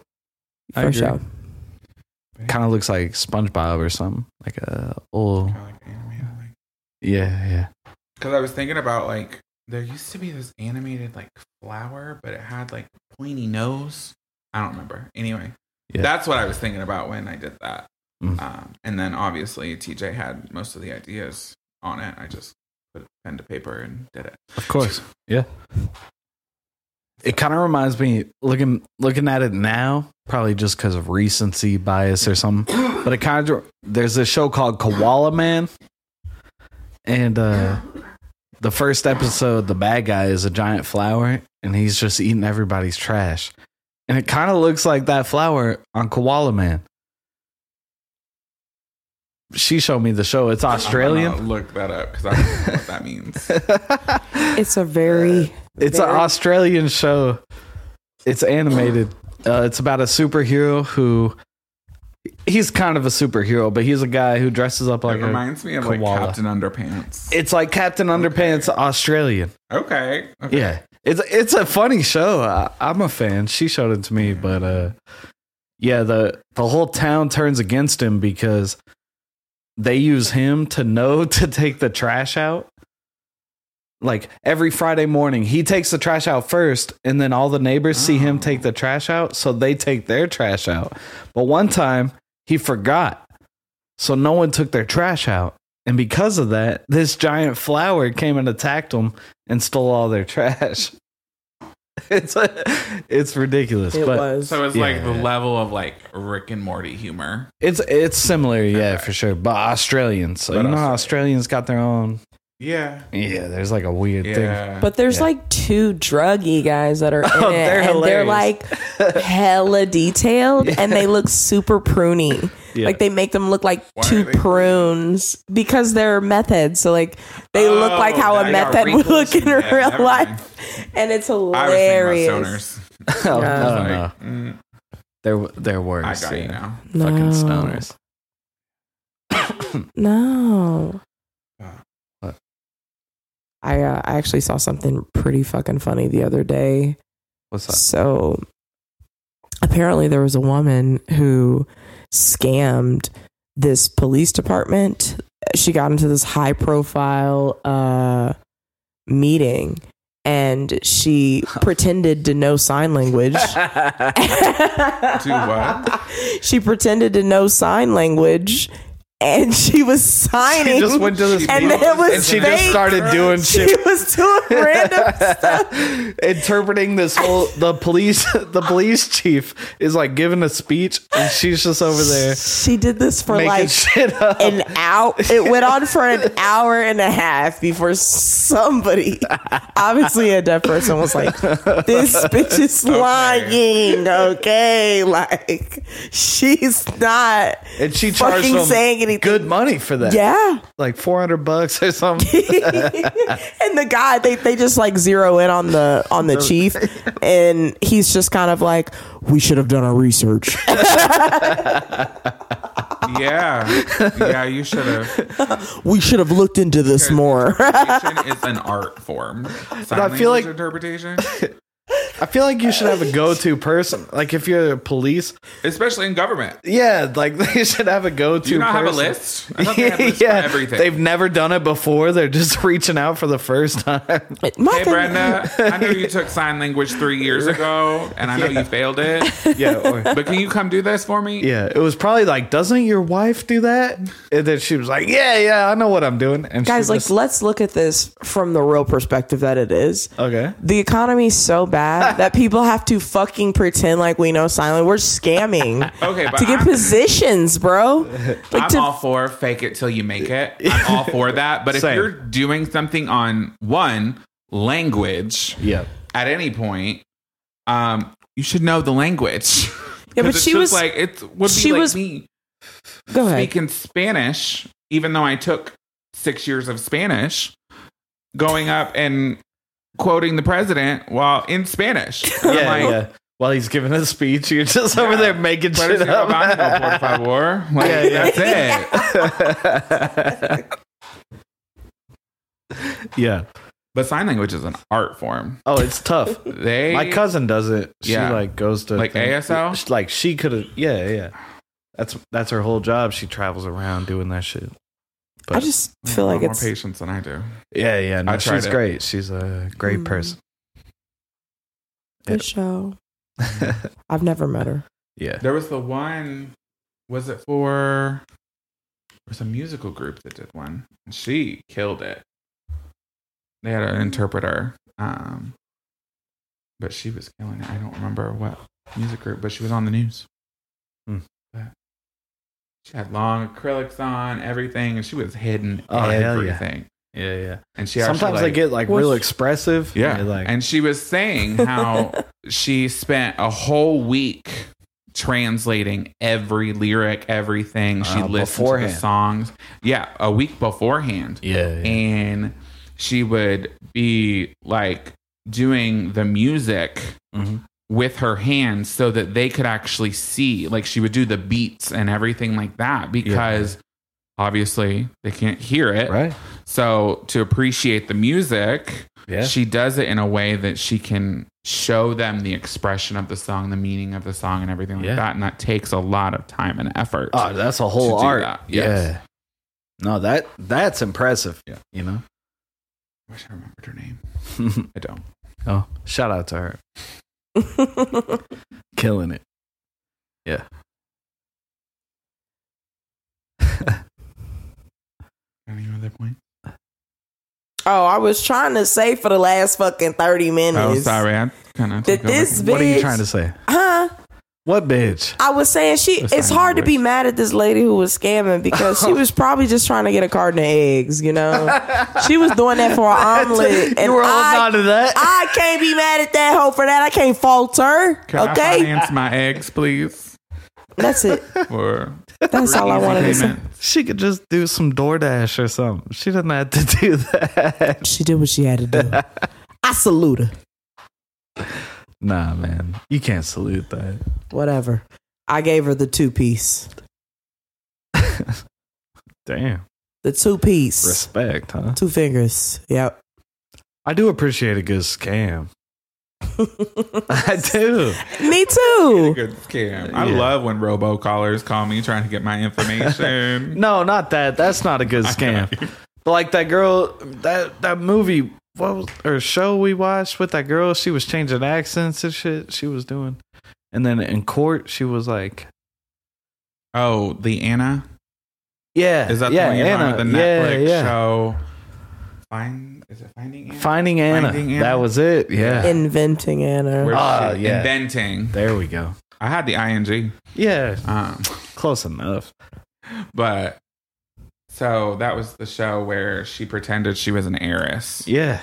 S1: I
S3: for
S1: agree.
S3: sure.
S1: Kind of looks like SpongeBob or something, like a old.
S2: Kinda like animated, like-
S1: Yeah, yeah.
S2: Because I was thinking about like there used to be this animated like flower, but it had like pointy nose. I don't remember. Anyway,
S1: Yeah.
S2: that's what I was thinking about when I did that.
S1: Mm.
S2: Um, and then obviously TJ had most of the ideas on it. I just put pen to paper and did it.
S1: Of course. Yeah. It kind of reminds me looking looking at it now, probably just because of recency bias or something. But it kind of there's a show called Koala Man, and uh, the first episode, the bad guy is a giant flower, and he's just eating everybody's trash, and it kind of looks like that flower on Koala Man. She showed me the show. It's
S2: I'm gonna
S1: Australian.
S2: look that up because I don't know what that means.
S3: It's a very
S1: It's an
S3: very-
S1: Australian show. It's animated. Uh, it's about a superhero who he's kind of a superhero, but he's a guy who dresses up like
S2: it
S1: a-
S2: reminds me of like
S1: koala.
S2: Captain Underpants.
S1: It's like Captain Underpants Australian.
S2: okay. okay.
S1: Yeah, it's it's a funny show. I, I'm a fan. She showed it to me, but uh, yeah the the whole town turns against him because they use him to know to take the trash out. Like every Friday morning, he takes the trash out first, and then all the neighbors see him take the trash out, so they take their trash out. But one time he forgot, so no one took their trash out. And because of that, this giant flower came and attacked them and stole all their trash. It's it's ridiculous,
S3: it
S1: but
S3: was.
S2: So it's like the
S1: Yeah.
S2: level of like Rick and Morty humor.
S1: It's it's similar, yeah, for sure. But Australians, so
S2: But
S1: you know how
S2: Australia.
S1: Australians got their own.
S2: Yeah.
S1: Yeah, there's like a weird
S2: Yeah.
S3: But there's
S1: Yeah.
S3: like two druggy guys that are in
S1: Oh,
S3: it,
S1: they're
S3: and they're
S1: hilarious.
S3: like hella detailed, and they look super pruny.
S1: Yeah.
S3: Like they make them look like
S2: Why
S3: two
S2: are they-
S3: prunes because they're meth heads. So like they look
S2: Oh,
S3: like how a
S2: I
S3: meth
S2: got
S3: head would
S2: wrinkles
S3: look in
S2: and- yeah,
S3: real
S2: never mind.
S3: life, and it's
S2: I was thinking about
S3: hilarious.
S2: stoners.
S1: thing. oh,
S3: Yeah.
S1: no,
S2: Like,
S1: no,
S2: mm,
S1: they're they're
S2: I
S1: worse.
S2: got you
S1: yeah.
S2: now.
S1: Fucking
S3: No.
S1: stoners.
S3: No.
S1: What?
S3: I uh, I actually saw something pretty fucking funny the other day.
S1: What's up?
S3: So apparently there was a woman who scammed this police department. She got into this high profile uh meeting and she pretended to know sign language.
S2: what?
S3: She pretended to know sign language and she was signing
S1: She just went to this
S3: and
S1: meeting
S3: it was
S1: and she
S3: fake.
S1: just started doing shit.
S3: she was doing random stuff.
S1: Interpreting this whole the police the police chief is like giving a speech and she's just over there
S3: She did this for
S1: making
S3: like
S1: shit up.
S3: an hour. It went on for an hour and a half before somebody, obviously a deaf person, was like, "This bitch is lying." Okay, like she's not.
S1: and she charged
S3: fucking
S1: them
S3: saying anything.
S1: good money for that.
S3: Yeah.
S1: Like four hundred bucks or something.
S3: and the guy they, they just like zero in on the on the chief and he's just kind of like we should have done our research
S2: Yeah. Yeah, you should have.
S3: we should have looked into this more
S2: Interpretation is an art form. Sign
S1: I feel like-
S2: language interpretation,
S1: I feel like you should have a go-to person. Like if you're police,
S2: especially in government.
S1: yeah, like they should have a go-to.
S2: Do you not
S1: person.
S2: have a list? I thought they had lists
S1: yeah,
S2: for everything.
S1: they've never done it before. They're just reaching out for the first time.
S3: My
S2: Hey
S3: thing-
S2: Brenda, I know you took sign language three years ago, and I know you failed it.
S1: yeah, or,
S2: But can you come do this for me?
S1: yeah. It was probably like, doesn't your wife do that? And then she was like, yeah, yeah, I know what I'm doing. And she
S3: guys like
S1: just-
S3: let's look at this from the real perspective that it is
S1: okay,
S3: the economy's so bad that people have to fucking pretend like we know silent we're scamming
S2: Okay, but
S3: to get
S2: I'm,
S3: positions bro like
S2: I'm
S3: to
S2: all for fake it till you make it. I'm all for that. But if
S1: Same.
S2: you're doing something on one language
S1: yeah.
S2: at any point, um, you should know the language.
S3: yeah but
S2: 'Cause it's
S3: she
S2: just
S3: was
S2: like it would be
S3: she
S2: like
S3: was-
S2: me
S3: go ahead
S2: speaking Spanish, even though I took six years of Spanish, going up and quoting the president while in Spanish. And I'm
S1: yeah,
S2: like,
S1: yeah. while he's giving a speech. You're just over there making shit
S2: Puerto
S1: up.
S2: Banco, por favor. Like, That's it.
S1: yeah.
S2: But sign language is an art form.
S1: Oh, it's tough.
S2: They
S1: My cousin does it. She
S2: Yeah.
S1: like goes to
S2: Like ASL?
S1: She- Like she could have. Yeah, yeah. That's that's her whole job. She travels around doing that shit.
S3: I just feel like
S2: more
S3: it's
S2: patience than I do.
S1: Yeah, yeah. No,
S2: I tried
S1: she's
S2: it.
S1: great. She's a great
S3: Mm.
S1: person.
S3: the show.
S1: yeah.
S3: I've never met her.
S2: There was the one. Was it for? There was a musical group that did one. And she killed it. They had an interpreter, um, but she was killing it. I don't remember what music group, but she was on the news.
S1: Hmm.
S2: But She had long acrylics on, everything, and she was hidden
S1: Oh, hell yeah.
S2: everything.
S1: Yeah, yeah.
S2: And she actually,
S1: Sometimes they
S2: like-
S1: get like
S3: Well,
S1: real
S3: she-
S1: expressive.
S2: Yeah.
S1: you're Like,
S2: and she was saying how she spent a whole week translating every lyric, everything. She
S1: Uh,
S2: listened to
S1: beforehand.
S2: the songs. Yeah, a week beforehand.
S1: yeah, yeah.
S2: And she would be like doing the music Mm-hmm.
S1: Mhm.
S2: with her hands so that they could actually see. Like she would do the beats and everything like that because obviously they can't hear it.
S1: right.
S2: So to appreciate the music,
S1: Yeah.
S2: she does it in a way that she can show them the expression of the song, the meaning of the song, and everything like
S1: Yeah.
S2: that. And that takes a lot of time and effort.
S1: Oh, that's a whole
S2: to do
S1: art.
S2: that, yes.
S1: Yeah. No, that that's impressive.
S2: Yeah.
S1: You know.
S2: I wish I remembered her name. I don't.
S1: oh, shout out to her, killing it. Yeah.
S2: Any other point?
S3: oh, I was trying to say for the last fucking thirty
S2: Oh,
S3: minutes.
S2: sorry. I kind of
S3: That this bitch,
S1: What are you trying to say?
S3: huh?
S1: What bitch?
S3: I was saying she.
S2: That's
S3: it's
S2: not
S3: hard to
S2: English.
S3: be mad at this lady who was scamming because she was probably just trying to get a carton of eggs. You know, she was doing that for an omelet, and
S1: you were holding
S3: I,
S1: on to that.
S3: I can't be mad at that hoe for that. I can't fault her.
S2: Can I
S3: okay,
S2: finance my eggs, please?
S3: that's it.
S2: For
S3: That's all I
S2: easy
S3: wanted to say.
S2: payment.
S1: she could just do some DoorDash or something. She doesn't have to do that.
S3: She did what she had to do. I salute her.
S1: nah, man, you can't salute that.
S3: Whatever. I gave her the two piece.
S1: Damn,
S3: The two piece.
S1: respect, huh?
S3: Two fingers. Yep.
S1: I do appreciate a good scam. I do.
S3: Me
S2: Get a
S3: too.
S2: Good scam. I
S1: Yeah.
S2: love when robo callers call me trying to get my information.
S1: No, not that. That's not a good
S2: I cannot
S1: scam. But like that girl, that that movie, what was, or show we watched with that girl? She was changing accents and shit. She was doing, and then in court, she was like,
S2: Oh, the Anna?
S1: "Yeah,
S2: Is that
S1: yeah,
S2: the one you're talking
S1: Anna,
S2: about? The Netflix show? Find is it Finding Anna?
S1: Finding Anna.
S2: Finding Anna.
S1: That was it. Yeah,
S3: Inventing
S2: Where
S3: Anna.
S1: Ah,
S2: she-
S1: yeah.
S2: Inventing.
S1: there we go.
S2: I had the ing,
S1: Yeah,
S2: um,
S1: close enough.
S2: but so that was the show where she pretended she was an heiress
S1: Yeah,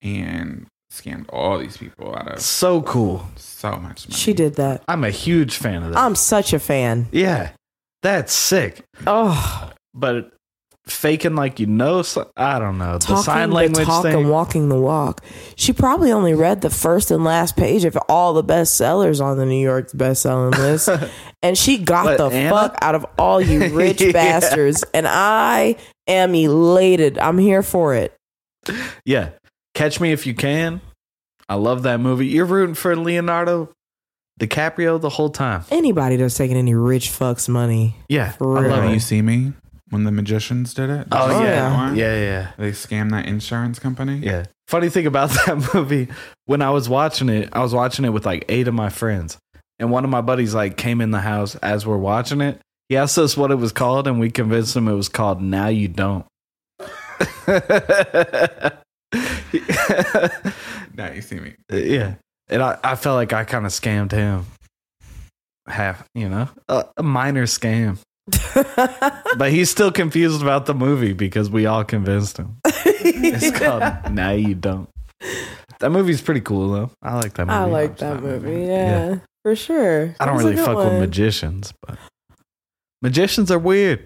S2: and scammed all these people out of
S1: so cool.
S2: so much money.
S3: She did that.
S1: I'm a huge fan of that.
S3: I'm such a fan.
S1: yeah, that's sick.
S3: Oh,
S1: But faking like you know, so- I don't know the
S3: talking
S1: sign
S3: the
S1: language
S3: talk
S1: thing.
S3: and walking the walk. She probably only read the first and last page of all the bestsellers on the New York's best-selling list, and she got
S1: What,
S3: the
S1: Anna?
S3: fuck out of all you rich
S1: Yeah.
S3: bastards. And I am elated. I'm here for it.
S1: Yeah. Catch Me If You Can. I love that movie. You're rooting for Leonardo DiCaprio the whole time.
S3: Anybody that's taking any rich fucks money,
S1: Yeah.
S3: For
S1: I
S3: real.
S1: love
S2: Remember
S1: you.
S2: you see me when the magicians did it?
S1: Oh,
S2: Did you see
S3: yeah.
S2: that
S1: Yeah,
S2: one?
S1: yeah,
S2: They scammed that insurance company.
S1: yeah. Funny thing about that movie, when I was watching it, I was watching it with like eight of my friends. And one of my buddies like came in the house as we're watching it. He asked us what it was called, and we convinced him it was called Now You Don't.
S2: Now you see me.
S1: yeah and i, I felt like i kind of scammed him half you know a, a minor scam but he's still confused about the movie because we all convinced him it's called now you don't that movie's pretty cool though i like that movie
S3: I
S1: i,
S3: like
S2: watched
S3: that,
S2: that
S3: movie.
S2: movie.
S3: Yeah, for sure.
S1: don't
S3: That was a
S1: really
S3: good
S1: fuck
S3: one.
S1: with magicians but magicians are weird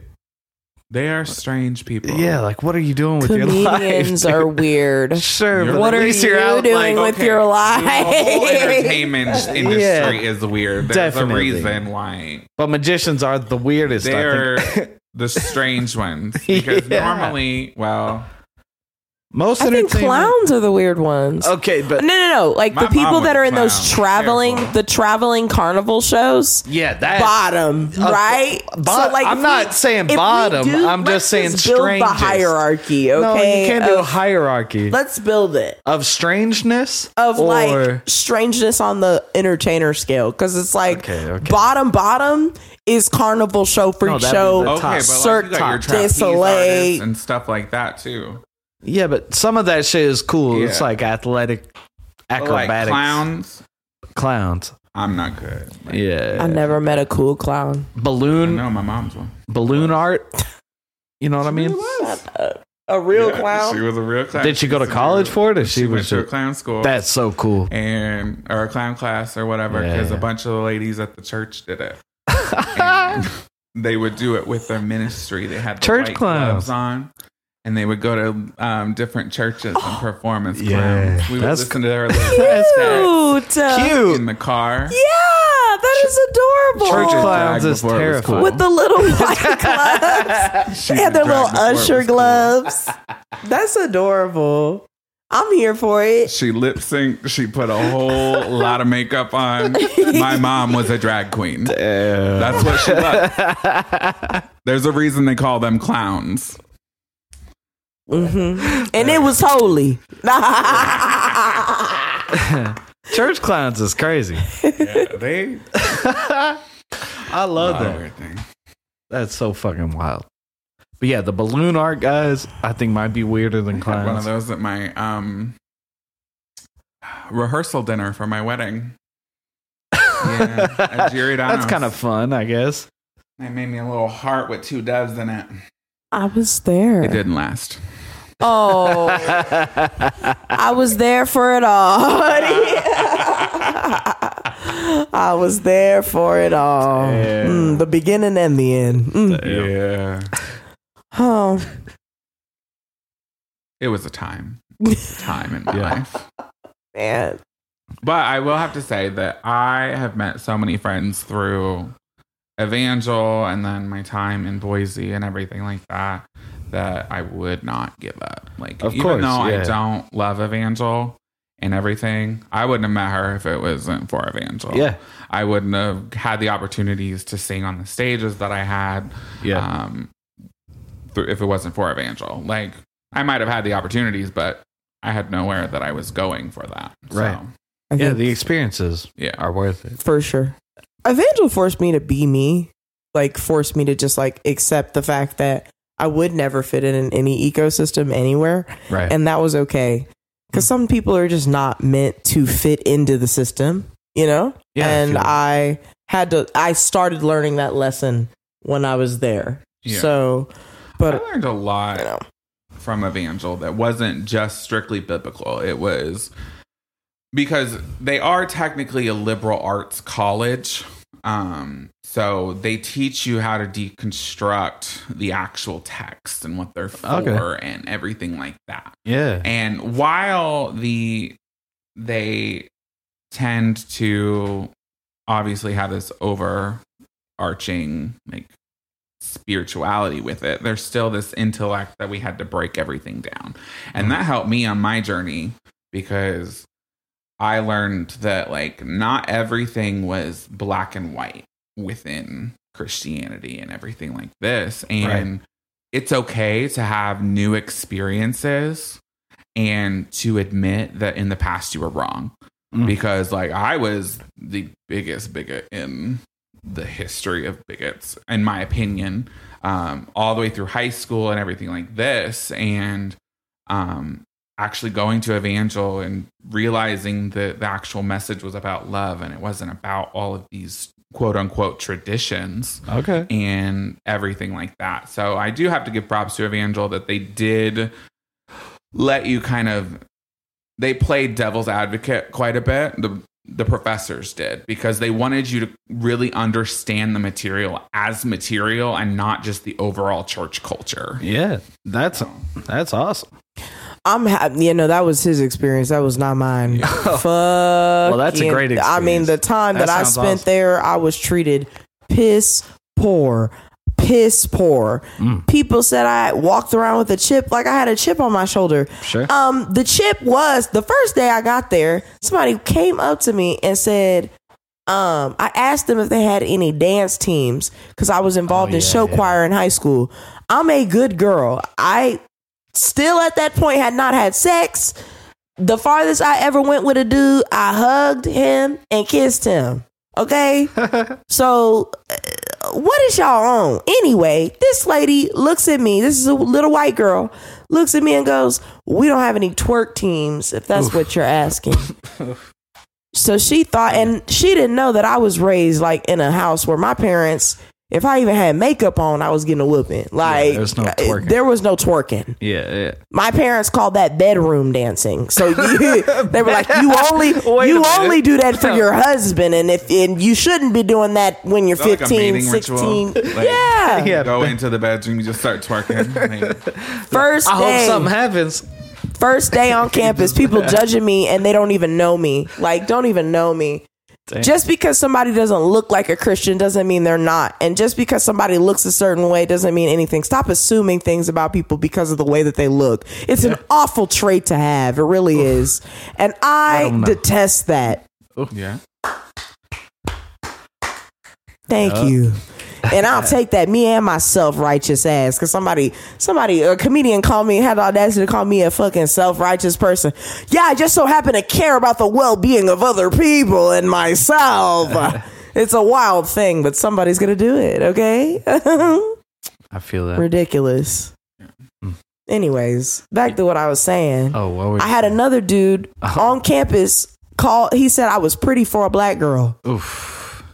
S2: They are strange people.
S1: Yeah, like what are you doing with
S3: Comedians
S1: your life?
S3: are
S1: dude?
S3: weird.
S1: sure.
S2: You're
S1: but
S2: What
S1: at
S2: are
S1: least you're
S3: you
S1: out,
S3: doing
S1: like,
S3: with your life?
S2: The whole entertainment industry
S1: Yeah.
S2: is weird. There's
S1: Definitely.
S2: a reason why
S1: But magicians are the weirdest. I
S2: they're
S1: think.
S2: the strange ones. Because
S1: Yeah.
S2: normally, well,
S1: Most
S3: I think
S1: entertainment. Oh,
S3: clowns are the weird ones.
S1: Okay, but
S3: No, no, no. Like
S2: My
S3: the
S2: mom
S3: people
S2: was
S3: that
S2: a
S3: are in those
S2: clown.
S3: traveling,
S2: Terrible.
S3: the traveling carnival shows.
S1: yeah, that
S3: bottom,
S1: Uh,
S3: right?
S1: bo- I'm
S3: if
S1: not saying
S3: if we
S1: bottom, I'm
S3: let's
S1: just saying
S3: build the
S1: strangest.
S3: hierarchy. Okay,
S1: No, you can't do a
S3: Of-
S1: hierarchy
S3: let's build it
S1: of strangeness
S3: of
S1: or
S3: like strangeness on the entertainer scale because it's like
S1: Okay, okay.
S3: bottom, bottom is carnival show, freak
S1: that'd be
S3: show.
S1: the
S2: okay, but like,
S3: Cirque
S2: you got your
S3: Top,
S2: trapeze
S3: Desoleil.
S2: artists and stuff like that too.
S1: yeah, but some of that shit is cool. It's
S2: Yeah.
S1: like athletic,
S2: But, Like
S1: acrobatics,
S2: clowns,
S1: clowns.
S2: I'm not good. Like,
S1: Yeah,
S3: I never met a cool clown.
S2: I
S1: balloon
S2: know my mom's one.
S1: balloon art. You know what I mean?
S3: A real
S2: Yeah, She
S3: clown.
S2: was a real clown.
S1: Did she go to
S2: She's a
S1: college
S2: real-
S1: for it, or she,
S2: She went
S1: was
S2: to a
S1: just,
S2: clown school.
S1: that's so cool?
S2: and or a clown class or whatever
S1: Yeah,
S2: because
S1: yeah.
S2: a bunch of the ladies at the church did it. And they would do it with their ministry. They had the
S1: Church
S2: white
S1: clowns.
S2: gloves on, and they would go to um, different churches and perform as
S1: Yeah,
S2: clowns. We would
S1: that's
S2: listen to their little
S1: That's
S3: Cute.
S1: Cute.
S2: in the car.
S3: Yeah, that is adorable.
S1: Church
S2: Church
S1: clowns
S2: drag
S1: is
S2: before it was
S1: terrifying.
S2: cool.
S3: with the little white gloves.
S2: She
S3: They had
S2: would
S3: their
S2: drag
S3: little
S2: before it was
S3: usher
S2: cool.
S3: gloves. That's adorable. I'm here for it.
S2: She lip synced. She put a whole lot of makeup on. My mom was a drag queen. That's what she looked. There's a reason they call them clowns.
S3: Mm-hmm. And it was holy.
S1: Church clowns is crazy.
S2: Yeah, they
S1: I
S2: Uh,
S1: love that. That's so fucking wild. But yeah, the balloon art guys, I think might be weirder than
S2: Had one of
S1: clowns.
S2: those at my um rehearsal dinner for my wedding. Yeah, at Giordano's.
S1: That's kind of fun, I guess.
S2: They made me a little heart with two doves in it.
S3: I was
S2: It
S3: there.
S2: didn't last.
S3: Oh, I was there for it all. I was there for it all.
S1: Damn.
S3: Mm, the beginning and the end. Mm.
S2: Yeah,
S3: Oh,
S2: it was a time, time in my
S1: Yeah.
S2: life.
S3: man.
S2: But I will have to say that I have met so many friends through Evangel and then my time in Boise and everything like that that I would not give up. Like
S1: Of
S2: even
S1: course,
S2: though
S1: yeah.
S2: I don't love Evangel and everything, I wouldn't have met her if it wasn't for Evangel.
S1: Yeah.
S2: I wouldn't have had the opportunities to sing on the stages that I had
S1: Yeah.
S2: um, th- if it wasn't for Evangel. Like, I might have had the opportunities, but I had nowhere that I was going for that.
S1: Right.
S2: So,
S3: I
S1: yeah,
S3: think
S1: the experiences
S2: yeah.
S1: are worth it.
S3: for sure. Evangel forced me to be me, like forced me to just like accept the fact that I would never fit in in any ecosystem anywhere,
S1: Right.
S3: and that was okay. Because some people are just not meant to fit into the system, you know.
S1: Yeah, I
S3: and
S1: feel that.
S3: I had to. I started learning that lesson when I was there.
S2: Yeah.
S3: So,
S2: I
S3: but
S2: learned a lot
S3: you know,
S2: from Evangel that wasn't just strictly biblical. It was because they are technically a liberal arts college. Um, so they teach you how to deconstruct the actual text and what they're for
S1: Okay.
S2: and everything like that.
S1: yeah.
S2: And while the they tend to obviously have this overarching like spirituality with it, there's still this intellect that we had to break everything down. And that helped me on my journey because I learned that like not everything was black and white within Christianity and everything like this. And it's okay to have new experiences and to admit that in the past you were wrong.
S1: Mm.
S2: Because like I was the biggest bigot in the history of bigots, in my opinion, um, all the way through high school and everything like this. And um, actually going to Evangel and realizing that the actual message was about love and it wasn't about all of these quote unquote traditions
S1: okay.
S2: and everything like that. So I do have to give props to Evangel that they did let you kind of they played devil's advocate quite a bit. The the professors did because they wanted you to really understand the material as material and not just the overall church culture.
S1: Yeah, that's that's awesome.
S3: I'm happy. You know, that was his experience. That was not mine. Fuck. Well,
S1: that's a great
S3: I mean,
S1: experience.
S3: the time
S1: That
S3: that, I
S1: sounds
S3: spent
S1: awesome.
S3: there, I was treated piss poor. Piss poor.
S1: Mm.
S3: People said I walked around with a chip, like I had a chip on my shoulder.
S1: Sure.
S3: Um, the chip was the first day I got there. Somebody came up to me and said, um, I asked them if they had any dance teams because I was involved in
S1: yeah,
S3: show
S1: Oh, yeah.
S3: choir in high school. I'm a good girl. I still at that point had not had sex. The farthest I ever went with a dude, I hugged him and kissed him. Okay? so, uh, what is y'all on? Anyway, this lady looks at me. This is a little white girl. Looks at me and goes, "We don't have any twerk teams if that's what you're asking." so she thought and she didn't know that I was raised like in a house where my parents if I even had makeup on, I was getting a whooping. Like
S1: there's no
S3: uh,
S1: twerking.
S3: there was no twerking.
S1: yeah, yeah.
S3: My parents called that bedroom dancing. So you, they were like, "You only
S1: Wait a
S3: you
S1: minute.
S3: only do that for your husband, and if and you shouldn't be doing that when you're
S2: Is that like a
S3: 15,
S2: mating ritual?
S3: 16.
S2: Like-
S3: yeah.
S1: Yeah.
S2: Go into the bedroom, you just start twerking. Like,
S3: First
S1: I
S3: day,
S1: hope something happens.
S3: first day on campus, people judging me, and they don't even know me. Like, don't even know me.
S1: Damn.
S3: Just because somebody doesn't look like a Christian doesn't mean they're not. And just because somebody looks a certain way doesn't mean anything. Stop assuming things about people because of the way that they look. It's an awful trait to have. It really is. And I
S1: know.
S3: detest that.
S2: yeah.
S3: Thank you. And I'll take that, me and myself righteous ass, because somebody, somebody, a comedian called me, had the audacity to call me a fucking self righteous person. Yeah, I just so happen to care about the well being of other people and myself. it's a wild thing, but somebody's gonna do it. Okay,
S1: I feel that.
S3: ridiculous. Anyways, back to what I was saying.
S1: Oh, what were
S3: I had another dude on campus call. He said I was pretty for a black girl.
S1: Oof.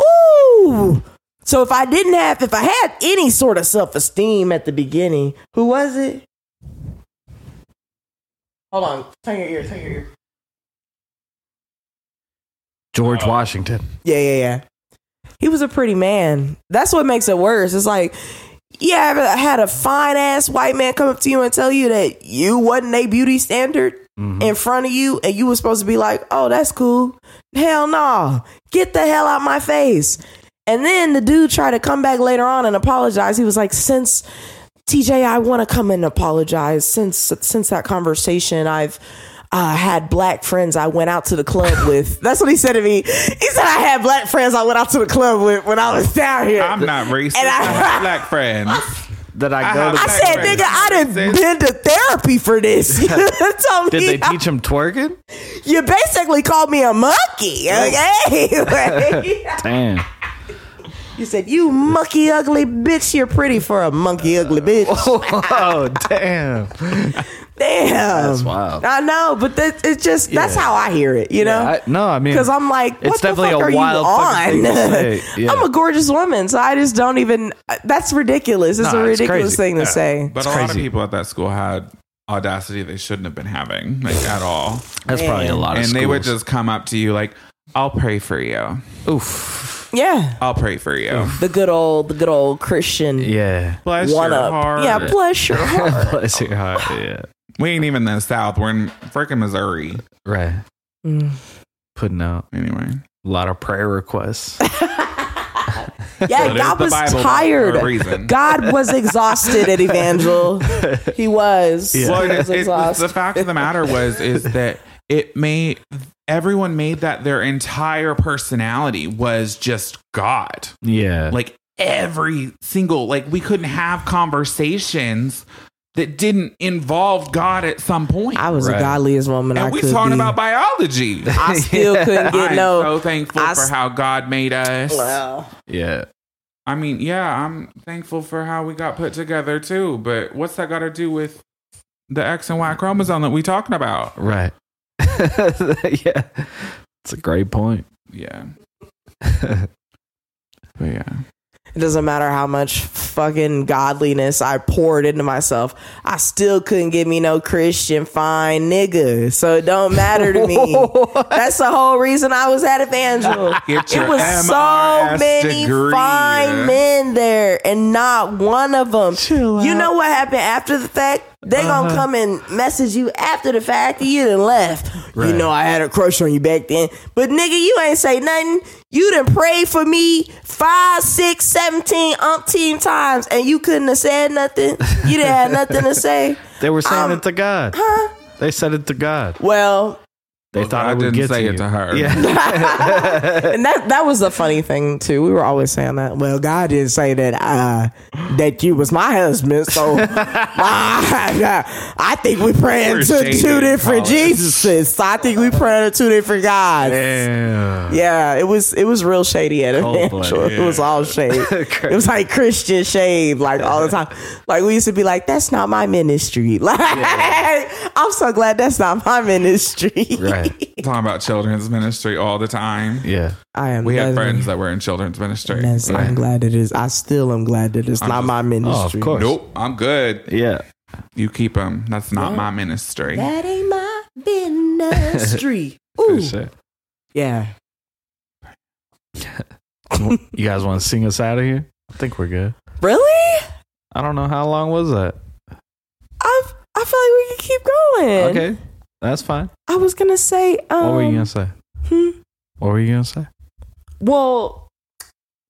S3: Ooh. So if I didn't have, if I had any sort of self esteem at the beginning, who was it? Hold on. Turn your ear. Turn your ear.
S1: George Washington.
S3: Yeah, yeah, yeah. He was a pretty man. That's what makes it worse. It's like, yeah, I had a fine ass white man come up to you and tell you that you wasn't a beauty standard in front of you, and you was supposed to be like, oh, that's cool. Hell no. Get the hell out my face. And then the dude tried to come back later on and apologize. He was like, since TJ, I want to come and apologize. Since since that conversation, I've uh, had black friends I went out to the club with. That's what he said to me. He said I had black friends I went out to the club with when I was down here.
S2: I'm not racist.
S3: And
S2: I,
S3: I-
S2: have black friends.
S1: That I
S2: I
S1: go
S2: have-
S1: to.
S3: I said,
S2: friends.
S3: nigga, I done been to therapy for this. You told
S1: Did
S3: me
S1: they teach him twerking?
S3: you basically called me a monkey. Okay. Like,
S1: Damn.
S3: you said, you monkey ugly bitch, you're pretty for a monkey ugly bitch.
S1: Oh, damn.
S3: Damn.
S1: That's wild.
S3: I know, but that, it's just, that's how I hear it, you know?
S1: I, no, I mean,
S3: because I'm like, what
S1: it's
S3: the
S1: definitely
S3: fuck
S1: a
S3: are
S1: wild fucking
S3: you
S1: thing
S3: on?
S1: to say. Yeah.
S3: I'm a gorgeous woman, so I just don't even. uh, That's ridiculous. It's
S1: Nah,
S3: a
S1: it's
S3: ridiculous
S1: crazy.
S3: thing to say.
S2: But a lot of
S1: crazy.
S2: people at that school had audacity they shouldn't have been having, like at all.
S1: that's probably a lot of
S2: and they would
S1: schools.
S2: just come up to you like, I'll pray for you.
S1: Oof.
S3: Yeah,
S2: I'll pray for you.
S3: the good old, the good old Christian
S1: Yeah.
S2: Bless
S3: one
S2: your
S3: up.
S2: heart.
S3: Yeah, bless your heart.
S1: Bless your heart. Yeah.
S2: We ain't even in the South. We're in freaking Missouri.
S1: Right.
S3: Mm.
S1: Putting out
S2: Anyway.
S1: a lot of prayer requests.
S3: yeah,
S2: But it
S3: God
S2: the
S3: was
S2: Bible for a
S3: tired.
S2: reason.
S3: God was exhausted at Evangel. He was.
S2: Well,
S3: He
S2: it,
S3: was
S2: it was,
S3: exhausted.
S2: the fact of the matter was is that it made everyone made that their entire personality was just God.
S1: yeah.
S2: Like every single like we couldn't have conversations that didn't involve God at some point.
S3: I was
S1: Right.
S3: the godliest woman I
S2: and we
S3: could
S2: talking
S3: be.
S2: about biology.
S3: I still couldn't get
S2: I'm
S3: no.
S2: so thankful
S3: I
S2: for
S3: s-
S2: how God made us.
S3: Wow.
S1: yeah.
S2: I mean, yeah, I'm thankful for how we got put together too, but what's that got to do with the X and Y chromosome that we talking about?
S1: Right. yeah. It's a great point.
S2: Yeah. but yeah.
S3: It doesn't matter how much fucking godliness I poured into myself. I still couldn't give me no Christian fine nigga. So it don't matter to me. That's the whole reason I was at Evangel.
S2: Get your
S3: It was so
S2: MRS
S3: many
S2: degree.
S3: fine men there, and not one of them.
S1: Chill
S3: you
S1: out. Uh-huh.
S3: know what happened after the fact? They gonna come and message you after the fact that you done left.
S1: Right.
S3: You know I had a crush on you back then, but nigga, you ain't say nothing. You done prayed for me five, six, seventeen, umpteen times, and you couldn't have said nothing. You didn't have nothing to say.
S1: They were saying
S3: Um,
S1: it to God.
S3: Huh?
S1: They said it to God.
S3: Well,
S1: They
S2: Well,
S1: thought
S2: I
S1: I would
S2: didn't
S1: get
S2: say
S1: to
S2: it
S1: you.
S2: to her.
S1: Yeah.
S3: and that that was the funny thing too. We were always saying that. Well, God didn't say that uh, that you was my husband, so I, I think we praying
S2: We're
S3: to two
S2: dating,
S3: different
S2: Colin.
S3: Jesuses. I think we praying to two different gods.
S1: Damn.
S3: Yeah, it was it was real shady at
S1: Cold
S3: Evangel.
S1: blood,
S3: It was all shade. it was like Christian shade, like all the time. Like we used to be like, "That's not my ministry." Like I'm so glad that's not my ministry.
S1: Right.
S2: Talking about children's ministry all the time.
S1: Yeah.
S3: I am.
S2: We had
S3: nothing-
S2: friends that were in children's ministry.
S3: Yes, I'm glad it is. I still am glad that it's not
S2: just-
S3: my
S1: Oh, of
S3: ministry.
S1: course.
S2: Nope, I'm good.
S1: Yeah.
S2: You keep them. That's not my ministry.
S3: That ain't my ministry.
S1: For
S3: Ooh,
S1: sure.
S3: yeah.
S1: You guys want to sing us out of here? I think we're good.
S3: Really?
S1: I don't know how long was that.
S3: I I feel like we could keep going.
S1: Okay. That's fine.
S3: I was gonna say. Um,
S1: What were you going to say?
S3: hmm.
S1: What were you going to say?
S3: Well,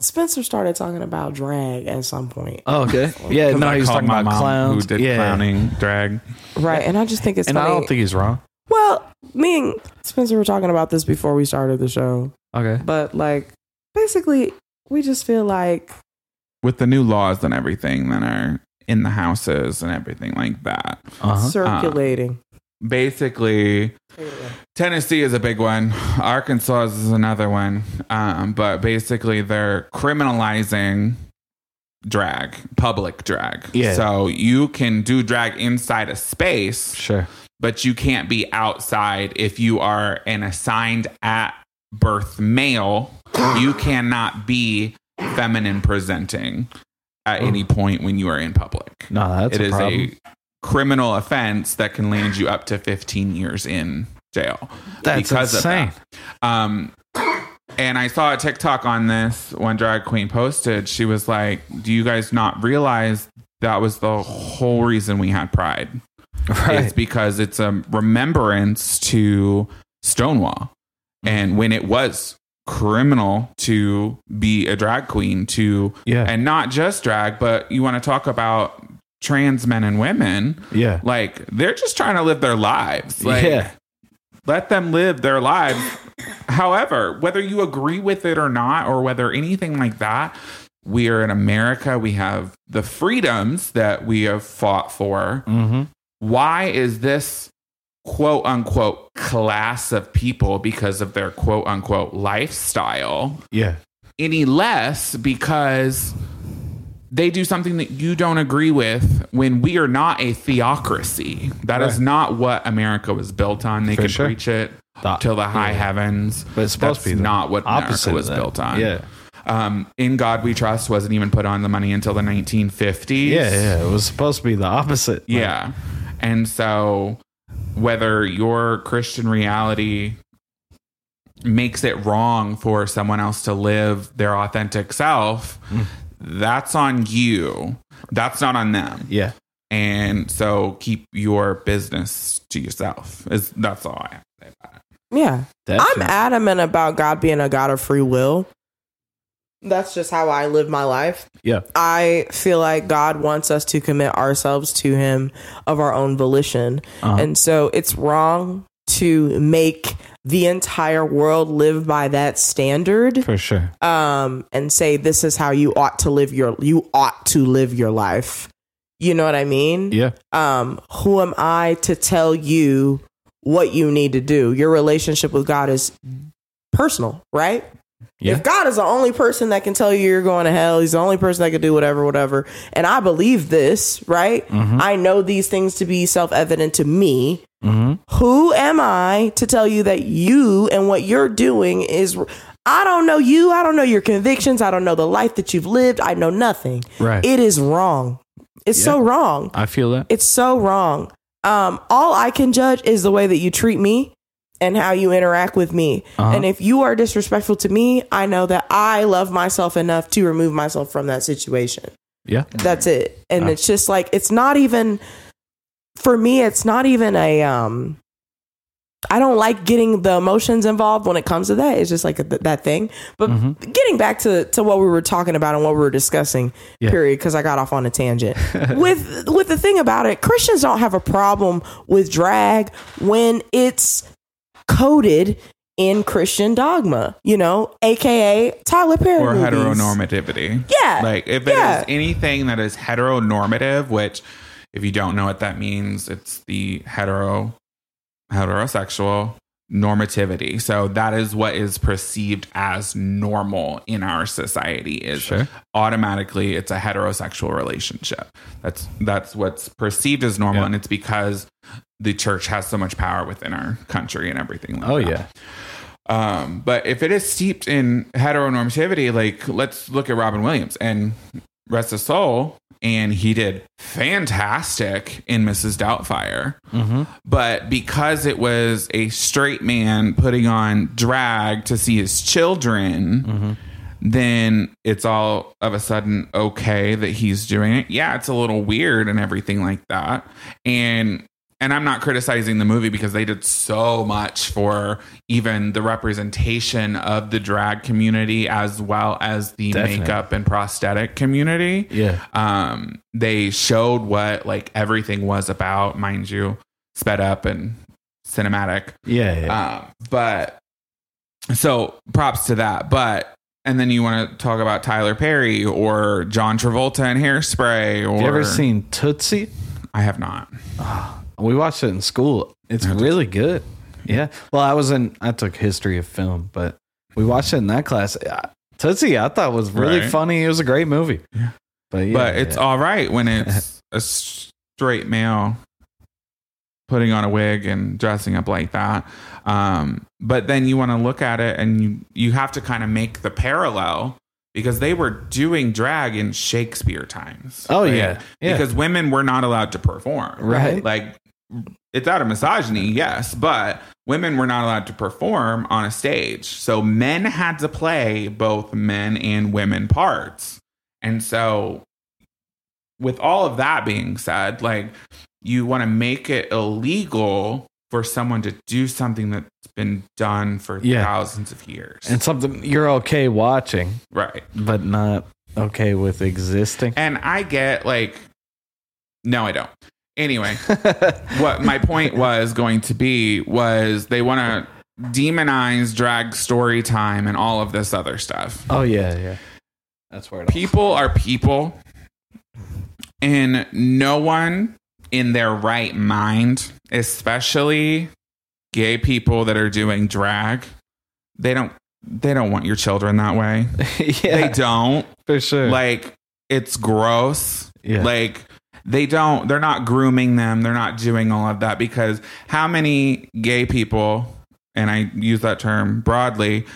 S3: Spencer started talking about drag at some point,
S1: Oh, okay. Yeah,
S2: Because
S1: no,
S2: I
S1: he's
S2: called
S1: talking
S2: my
S1: about
S2: mom
S1: clowns.
S2: Who did
S1: yeah.
S2: clowning, drag.
S3: right? And I just think it's
S1: And I
S3: funny.
S1: don't think he's wrong.
S3: well, me and Spencer were talking about this before we started the show,
S1: Okay.
S3: but like basically, we just feel like
S2: With the new laws and everything that are in the houses and everything like that.
S1: Uh-huh.
S3: circulating.
S2: Basically, Tennessee is a big one. Arkansas is another one. Um, but basically, they're criminalizing drag, public drag.
S1: Yeah.
S2: So you can do drag inside a space.
S1: Sure.
S2: but you can't be outside if you are an assigned at birth male. you cannot be feminine presenting at any point when you are in public.
S1: No, that's
S2: It
S1: a
S2: is
S1: problem.
S2: a criminal offense that can land you up to 15 years in jail.
S1: That's insane.
S2: Of that. Um, and I saw a TikTok on this when drag queen posted. She was like, "Do you guys not realize that was the whole reason we had Pride?" It's
S1: right.
S2: because it's a remembrance to Stonewall. And when it was criminal to be a drag queen, to,
S1: Yeah.
S2: and not just drag, but you want to talk about trans men and women,
S1: yeah.
S2: like they're just trying to live their lives. Like,
S1: yeah.
S2: let them live their lives. However, whether you agree with it or not, or whether anything like that, we are in America. We have the freedoms that we have fought for
S1: Mm-hmm.
S2: why is this quote unquote class of people because of their quote unquote lifestyle
S1: Yeah.
S2: any less because they do something that you don't agree with when we are not a theocracy. That is
S1: Right.
S2: not what America was built on. They
S1: For
S2: can
S1: sure.
S2: preach it
S1: The-
S2: till the high
S1: yeah.
S2: heavens.
S1: But it's supposed
S2: That's
S1: to be the
S2: not what
S1: opposite
S2: America
S1: of
S2: was
S1: that.
S2: built on.
S1: Yeah.
S2: Um, In God We Trust wasn't even put on the money until the 1950s.
S1: Yeah. Yeah. It was supposed to be the opposite. Like,
S2: Yeah. And so whether your Christian reality makes it wrong for someone else to live their authentic self, that's on you. That's not on them.
S1: yeah.
S2: And so keep your business to yourself. Is that's all I have.
S3: Yeah. I'm
S1: Definitely.
S3: adamant about God being a God of free will. That's just how I live my life.
S1: Yeah.
S3: I feel like God wants us to commit ourselves to Him of our own volition.
S1: Uh-huh.
S3: And so it's wrong to make the entire world live by that standard
S1: For sure.
S3: um, and say, this is how you ought to live your, you ought to live your life. You know what I mean?
S1: Yeah.
S3: um, who am I to tell you what you need to do? Your relationship with God is personal, right?
S1: Yeah.
S3: If God is the only person that can tell you you're going to hell, He's the only person that can do whatever, whatever, and I believe this, right? I know these things to be self evident to me.
S1: Mm-hmm.
S3: Who am I to tell you that you and what you're doing is I don't know you. I don't know your convictions. I don't know the life that you've lived. I know nothing.
S1: Right.
S3: It is wrong. It's so wrong.
S1: I feel that.
S3: It's so wrong. Um, all I can judge is the way that you treat me and how you interact with me.
S1: Uh-huh.
S3: And if you are disrespectful to me, I know that I love myself enough to remove myself from that situation.
S1: Yeah.
S3: That's it. And
S1: Uh.
S3: it's just like it's not even for me, it's not even a um I don't like getting the emotions involved when it comes to that. It's just like th- that thing. But
S1: Mhm.
S3: getting back to to what we were talking about and what we were discussing,
S1: Yeah.
S3: period, because I got off on a tangent. with with the thing about it, Christians don't have a problem with drag when it's coded in Christian dogma, you know, aka Tyler Perry
S2: or
S3: movies.
S2: heteronormativity.
S3: Yeah,
S2: Like if it is
S3: yeah.
S2: anything that is heteronormative, which if you don't know what that means, it's the hetero heterosexual normativity. So that is what is perceived as normal in our society is
S1: Sure.
S2: automatically it's a heterosexual relationship. That's that's what's perceived as normal
S1: Yeah.
S2: and it's because the church has so much power within our country and everything like
S1: Oh
S2: that.
S1: yeah.
S2: Um, but if it is steeped in heteronormativity, like let's look at Robin Williams and Rest His Soul, and he did fantastic in Mrs. Doubtfire.
S1: Mm-hmm.
S2: But because it was a straight man putting on drag to see his children,
S1: Mhm.
S2: then it's all of a sudden okay that he's doing it. Yeah, it's a little weird and everything like that. And and I'm not criticizing the movie because they did so much for even the representation of the drag community as well as the
S1: Definitely.
S2: makeup and prosthetic community
S1: Yeah.
S2: um they showed what like everything was about mind you sped up and cinematic
S1: Yeah. yeah.
S2: um but so props to that but and then you want to talk about Tyler Perry or John Travolta and Hairspray or
S1: Have you ever seen Tootsie?
S2: I have not
S1: We watched it in school. It's really good. Yeah. Well, I was in. I took history of film, but we watched it in that class. Uh, Tootsie, I thought was really
S2: Right.
S1: funny. It was a great movie.
S2: Yeah.
S1: But yeah,
S2: but it's
S1: yeah.
S2: all right when it's a straight male putting on a wig and dressing up like that um, but then you want to look at it and you, you have to kind of make the parallel because they were doing drag in shakespeare times
S1: Oh
S2: Like,
S1: yeah. Yeah.
S2: because women were not allowed to perform
S1: Right.
S2: like it's out of misogyny yes but women were not allowed to perform on a stage so men had to play both men and women parts and so, with all of that being said, like you want to make it illegal for someone to do something that's been done for
S1: Yeah.
S2: thousands of years.
S1: and something you're okay watching,
S2: right.
S1: but not okay with existing.
S2: And I get like, no, I don't. Anyway, what my point was going to be was they want to demonize drag story time and all of this other stuff.
S1: oh yeah, yeah. That's where it all.
S2: people are people and no one in their right mind especially gay people that are doing drag they don't they don't want your children that way
S1: yeah,
S2: they don't
S1: for sure.
S2: like it's gross
S1: yeah.
S2: like they don't they're not grooming them they're not doing all of that because how many gay people and i use that term broadly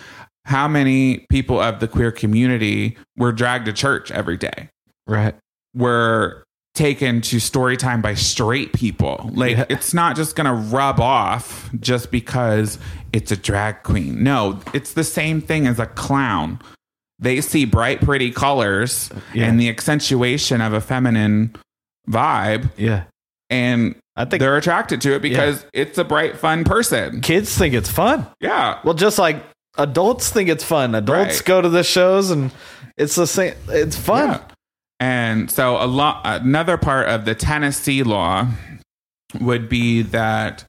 S2: how many people of the queer community were dragged to church every day
S1: right.
S2: were taken to story time by straight people like
S1: Yeah.
S2: it's not just gonna rub off just because it's a drag queen no it's the same thing as a clown they see bright pretty colors
S1: Yeah.
S2: and the accentuation of a feminine vibe
S1: yeah.
S2: and
S1: I think
S2: they're attracted to it because it's a bright fun person
S1: kids think it's fun.
S2: yeah
S1: Well, just like adults think it's fun. Adults
S2: Right.
S1: go to the shows and it's the same. It's fun.
S2: Yeah. And so a lot another part of the Tennessee law would be that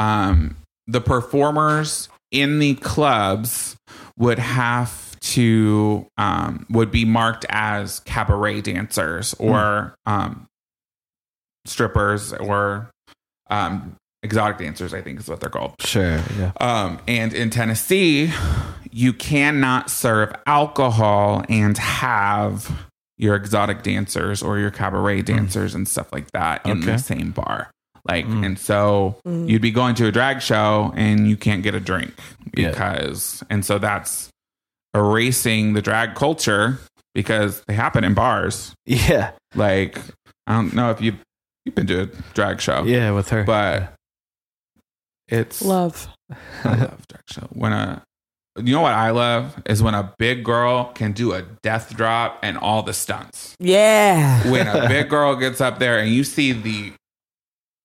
S2: um, the performers in the clubs would have to um, would be marked as cabaret dancers or um, strippers or um, exotic dancers I think is what they're called.
S1: Sure. Yeah.
S2: Um, and in Tennessee, you cannot serve alcohol and have your exotic dancers or your cabaret dancers and stuff like that in
S1: Mm. Okay.
S2: the same bar. Like,
S1: Mm.
S2: and so
S3: Mm.
S2: you'd be going to a drag show and you can't get a drink
S1: Yeah.
S2: because, and so that's erasing the drag culture because they happen in bars.
S1: Yeah.
S2: Like I don't know if you you've been to a drag show,
S1: Yeah, with her.
S2: but it's
S3: Love.
S2: I love drag show. When a you know what I love is when a big girl can do a death drop and all the stunts.
S4: Yeah.
S2: When a big girl gets up there and you see the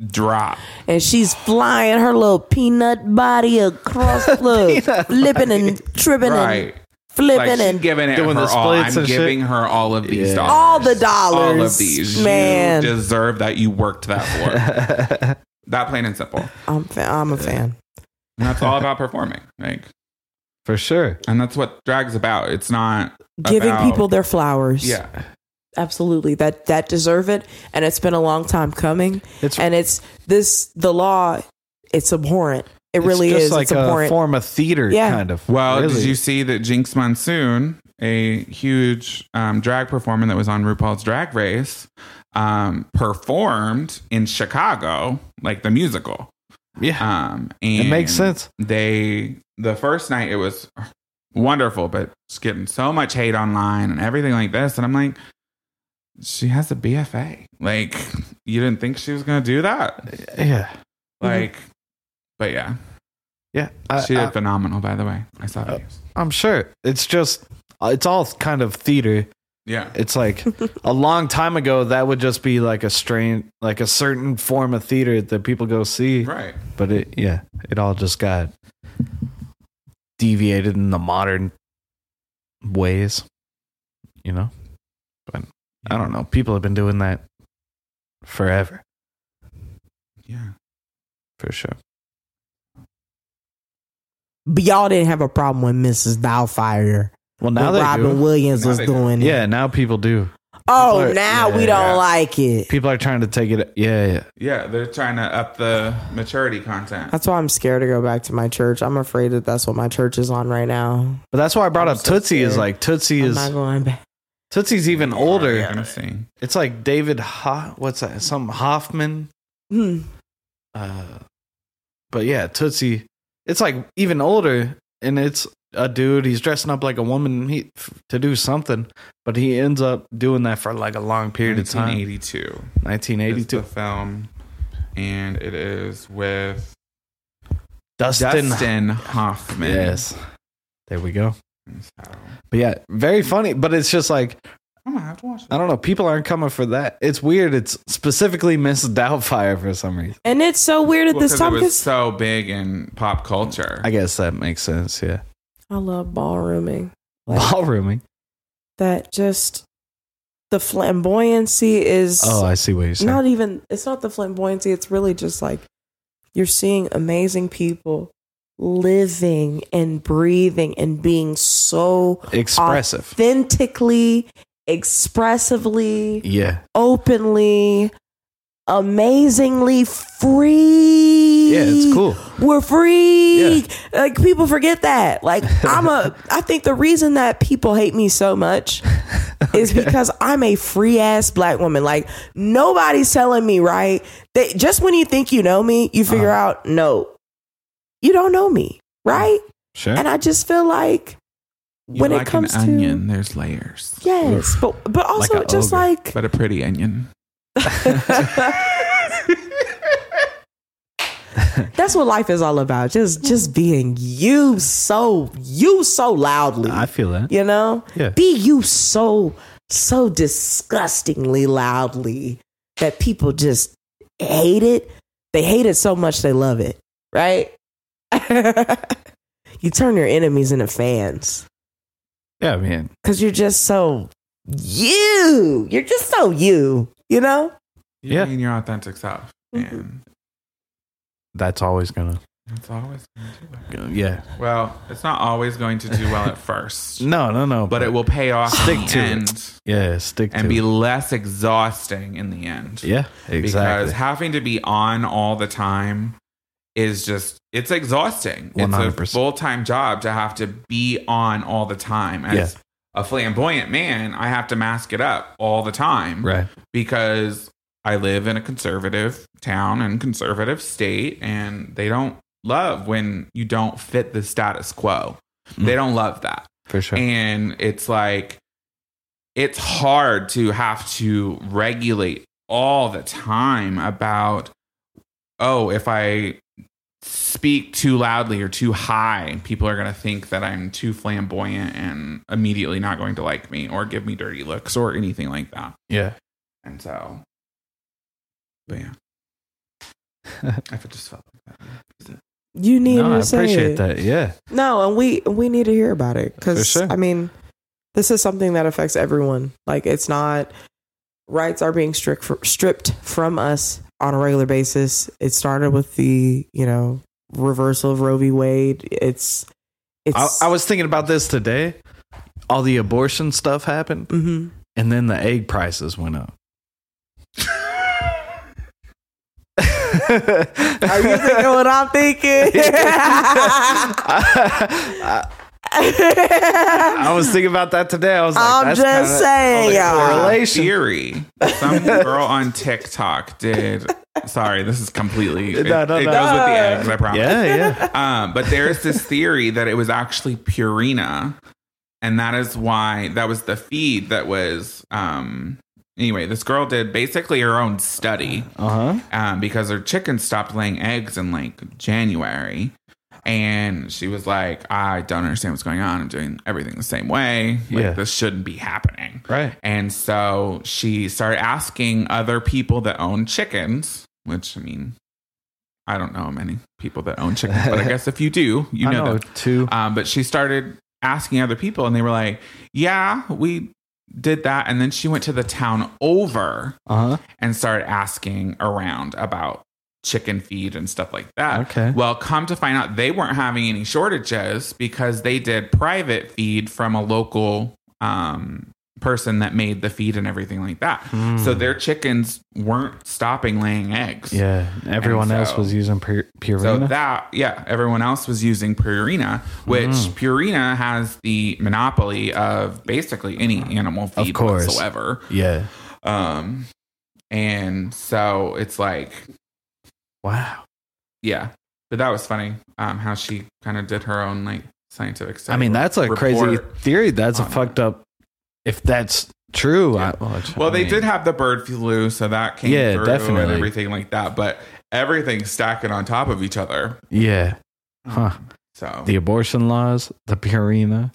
S2: drop,
S4: And she's flying her little peanut body across the
S1: Peanut
S4: flipping and tripping and
S2: right?
S4: flipping
S2: Like she's
S4: and
S2: giving it
S1: Doing
S2: her
S1: the
S2: all.
S1: splits
S2: I'm
S1: and shit.
S2: giving her all of these
S1: Yeah.
S2: dollars.
S4: all the dollars.
S2: all of these.
S4: Man.
S2: You deserve that. You worked that for. that plain and simple.
S4: I'm, fa- I'm a fan.
S2: And that's all about performing. Like,
S1: For sure.
S2: and that's what drag's about. It's not.
S3: Giving
S2: about-
S3: people their flowers.
S2: Yeah.
S3: Absolutely. That that deserve it. And it's been a long time coming.
S1: It's
S3: And it's this the law, it's abhorrent. It
S1: it's
S3: really
S1: just
S3: is.
S1: like
S3: it's
S1: a
S3: abhorrent.
S1: form of theater
S3: Yeah.
S1: kind of.
S2: Well, did
S1: really.
S2: you see that Jinx Monsoon, a huge um, drag performer that was on RuPaul's Drag Race, um, performed in Chicago, like the musical.
S1: Yeah.
S2: Um,
S1: It
S2: and
S1: makes sense.
S2: They the first night it was wonderful, but it's getting so much hate online and everything like this. And I'm like, she has a BFA. Like, you didn't think she was gonna do
S1: Mm-hmm.
S2: that?
S1: Yeah.
S2: Like, but yeah,
S1: Yeah. I,
S2: she did
S1: I, Uh,
S2: phenomenal. By the way, I saw that.
S1: I'm sure. It's just, it's all kind of theater.
S2: yeah,
S1: It's like a long time ago, that would just be like a strain, like a certain form of theater that people go see.
S2: right.
S1: But it, yeah, it all just got deviated in the modern ways, you know? But I don't know. People have been doing that forever,
S2: Yeah.
S1: for sure.
S4: But y'all didn't have a problem when Mrs. Doubtfire,
S1: Well, now
S4: when
S1: they
S4: Robin
S1: do.
S4: Williams
S2: Now
S4: was
S2: they do.
S4: doing it.
S1: Yeah, now people do.
S4: Oh,
S1: People are-
S4: now we
S1: yeah.
S4: don't like it.
S1: People are trying to take it. Yeah, yeah.
S2: Yeah, they're trying to up the maturity content.
S3: That's why I'm scared to go back to my church. I'm afraid that that's what my church is on right now.
S1: But that's why I brought
S3: I'm
S1: up
S3: so
S1: Tootsie is
S3: scared.
S1: like Tootsie
S4: I'm
S1: is
S4: not going back.
S1: Tootsie's even older.
S2: Yeah, I'm seeing.
S1: It's like David Ho- what's that? Some Hoffman.
S3: Hmm.
S1: Uh, but yeah, Tootsie. It's like even older, and it's a dude. He's dressing up like a woman he, f- to do something, but he ends up doing that for like a long period of time.
S2: 1982.
S1: Nineteen
S2: is the
S1: eighty-two.
S2: film, and it is with
S1: Dustin.
S2: Dustin Hoffman.
S1: Yes. There we go.
S2: So,
S1: But yeah, very funny. But it's just like
S2: I'm gonna have to watch it.
S1: I don't know. People aren't coming for that. It's weird. It's specifically Miss Doubtfire for some reason.
S3: And it's so weird at
S2: Well,
S3: this
S2: 'cause
S3: time
S2: it was
S3: because
S2: so big in pop culture.
S1: I guess that makes sense. Yeah.
S3: I love ballrooming. Like,
S1: Ballrooming.
S3: that just the flamboyancy is
S1: Oh, I see what you're saying.
S3: not even it's not the flamboyancy it's really just like you're seeing amazing people living and breathing and being so
S1: Expressive.
S3: authentically expressively
S1: yeah.
S3: openly amazingly free
S1: Yeah, it's cool.
S3: we're free. Like people forget that. Like I'm a I think the reason that people hate me so much is because I'm a free ass black woman. Like nobody's telling me right. They just when you think you know me,
S1: Uh-huh.
S3: you figure out no. You don't know me, right?
S1: Sure.
S3: And I just feel like
S2: You
S3: when
S2: like
S3: it comes
S2: an
S3: to
S2: onion, there's layers,
S3: yes, but but also
S1: Like a
S3: just
S1: ogre.
S3: like
S2: but a pretty onion.
S3: that's what life is all about. Just just being you so you so loudly.
S1: I feel that.
S3: you know
S1: Yeah.
S3: be you so so disgustingly loudly that people just hate it they hate it so much they love it right you turn your enemies into fans
S1: Yeah, I mean,
S3: because you're just so you you're just so you you know
S1: Yeah.
S2: You're
S1: Mm-hmm.
S2: being your authentic self,
S3: Mhm.
S2: and
S1: that's always gonna.
S2: that's always going to do well.
S1: Yeah.
S2: Well, it's not always going to do well at first,
S1: No, no, no.
S2: but it will pay off.
S1: Stick
S2: in the
S1: to it.
S2: end.
S1: Yeah, stick to.
S2: and be
S1: it.
S2: less exhausting in the end.
S1: Yeah.
S2: Because
S1: Exactly.
S2: having to be on all the time is just it's exhausting. It's a
S1: 100%.
S2: full time job to have to be on all the time. As a flamboyant man, I have to mask it up all the time.
S1: Right.
S2: Because I live in a conservative town and conservative state
S1: Mm.
S2: and they don't love when you don't fit the status quo. They don't love that.
S1: for sure.
S2: And it's like, it's hard to have to regulate all the time about, oh, if I speak too loudly or too high, people are going to think that I'm too flamboyant and immediately not going to like me or give me dirty looks or anything like that.
S1: yeah.
S2: And so, but yeah, I just felt like that.
S3: You need
S1: No,
S3: to
S1: I
S3: say
S1: appreciate
S3: it.
S1: that. Yeah.
S3: No, and we we need to hear about it
S1: For
S3: because
S1: sure.
S3: I mean, this is something that affects everyone. Like it's not rights are being strict for, stripped from us on a regular basis. It started with the you know reversal of Roe v. Wade. It's
S1: I,
S3: it's
S1: I was thinking about this today. All the abortion stuff happened,
S3: Mhm.
S1: and then the egg prices went up.
S3: Are you thinking what I'm thinking?
S1: I, I was thinking about that today. I was like,
S3: I'm
S1: that's
S3: just
S1: kinda-
S3: saying, y'all.
S1: correlation.
S2: Theory. Some girl on TikTok did. Sorry, this is completely. It,
S1: No, no,
S2: it
S1: no.
S2: goes with the eggs, I promise.
S1: Yeah, yeah.
S2: Um, but there's this theory that it was actually Purina, and that is why that was the feed that was. Um, anyway, this girl did basically her own study
S1: Uh huh.
S2: um, because her chickens stopped laying eggs in like January. And she was like, I don't understand what's going on. I'm doing everything the same way. Like,
S1: Yeah.
S2: this shouldn't be happening.
S1: Right.
S2: And so she started asking other people that own chickens, which I mean, I don't know many people that own chickens, but I guess if you do, you
S1: I
S2: know,
S1: know
S2: them.
S1: two.
S2: Um, but she started asking other people, and they were like, Yeah, we did that. And then she went to the town over
S1: Uh huh.
S2: and started asking around about chicken feed and stuff like that.
S1: Okay.
S2: Well, come to find out, they weren't having any shortages because they did private feed from a local um, person that made the feed and everything like that.
S1: Hmm.
S2: So their chickens weren't stopping laying eggs.
S1: Yeah. Everyone
S2: And
S1: else
S2: so-
S1: was using Pur-
S2: So
S1: Purina.
S2: that, yeah, everyone else was using Purina, which
S1: Hmm.
S2: Purina has the monopoly of basically any animal feed
S1: course.
S2: whatsoever.
S1: yeah.
S2: Um, and so it's like,
S1: Wow.
S2: yeah, but that was funny. Um, how she kind of did her own like scientific
S1: I
S2: study.
S1: mean, that's a crazy
S2: report.
S1: theory. That's a
S2: on it.
S1: fucked up. If that's true,
S2: Yeah.
S1: I, well, it's-
S2: Well,
S1: I
S2: they
S1: mean,
S2: did have the bird flu, so that came
S1: Yeah,
S2: through and
S1: definitely.
S2: everything like that. But everything's stacking on top of each other.
S1: Yeah. Huh.
S2: So
S1: The abortion laws, the Purina,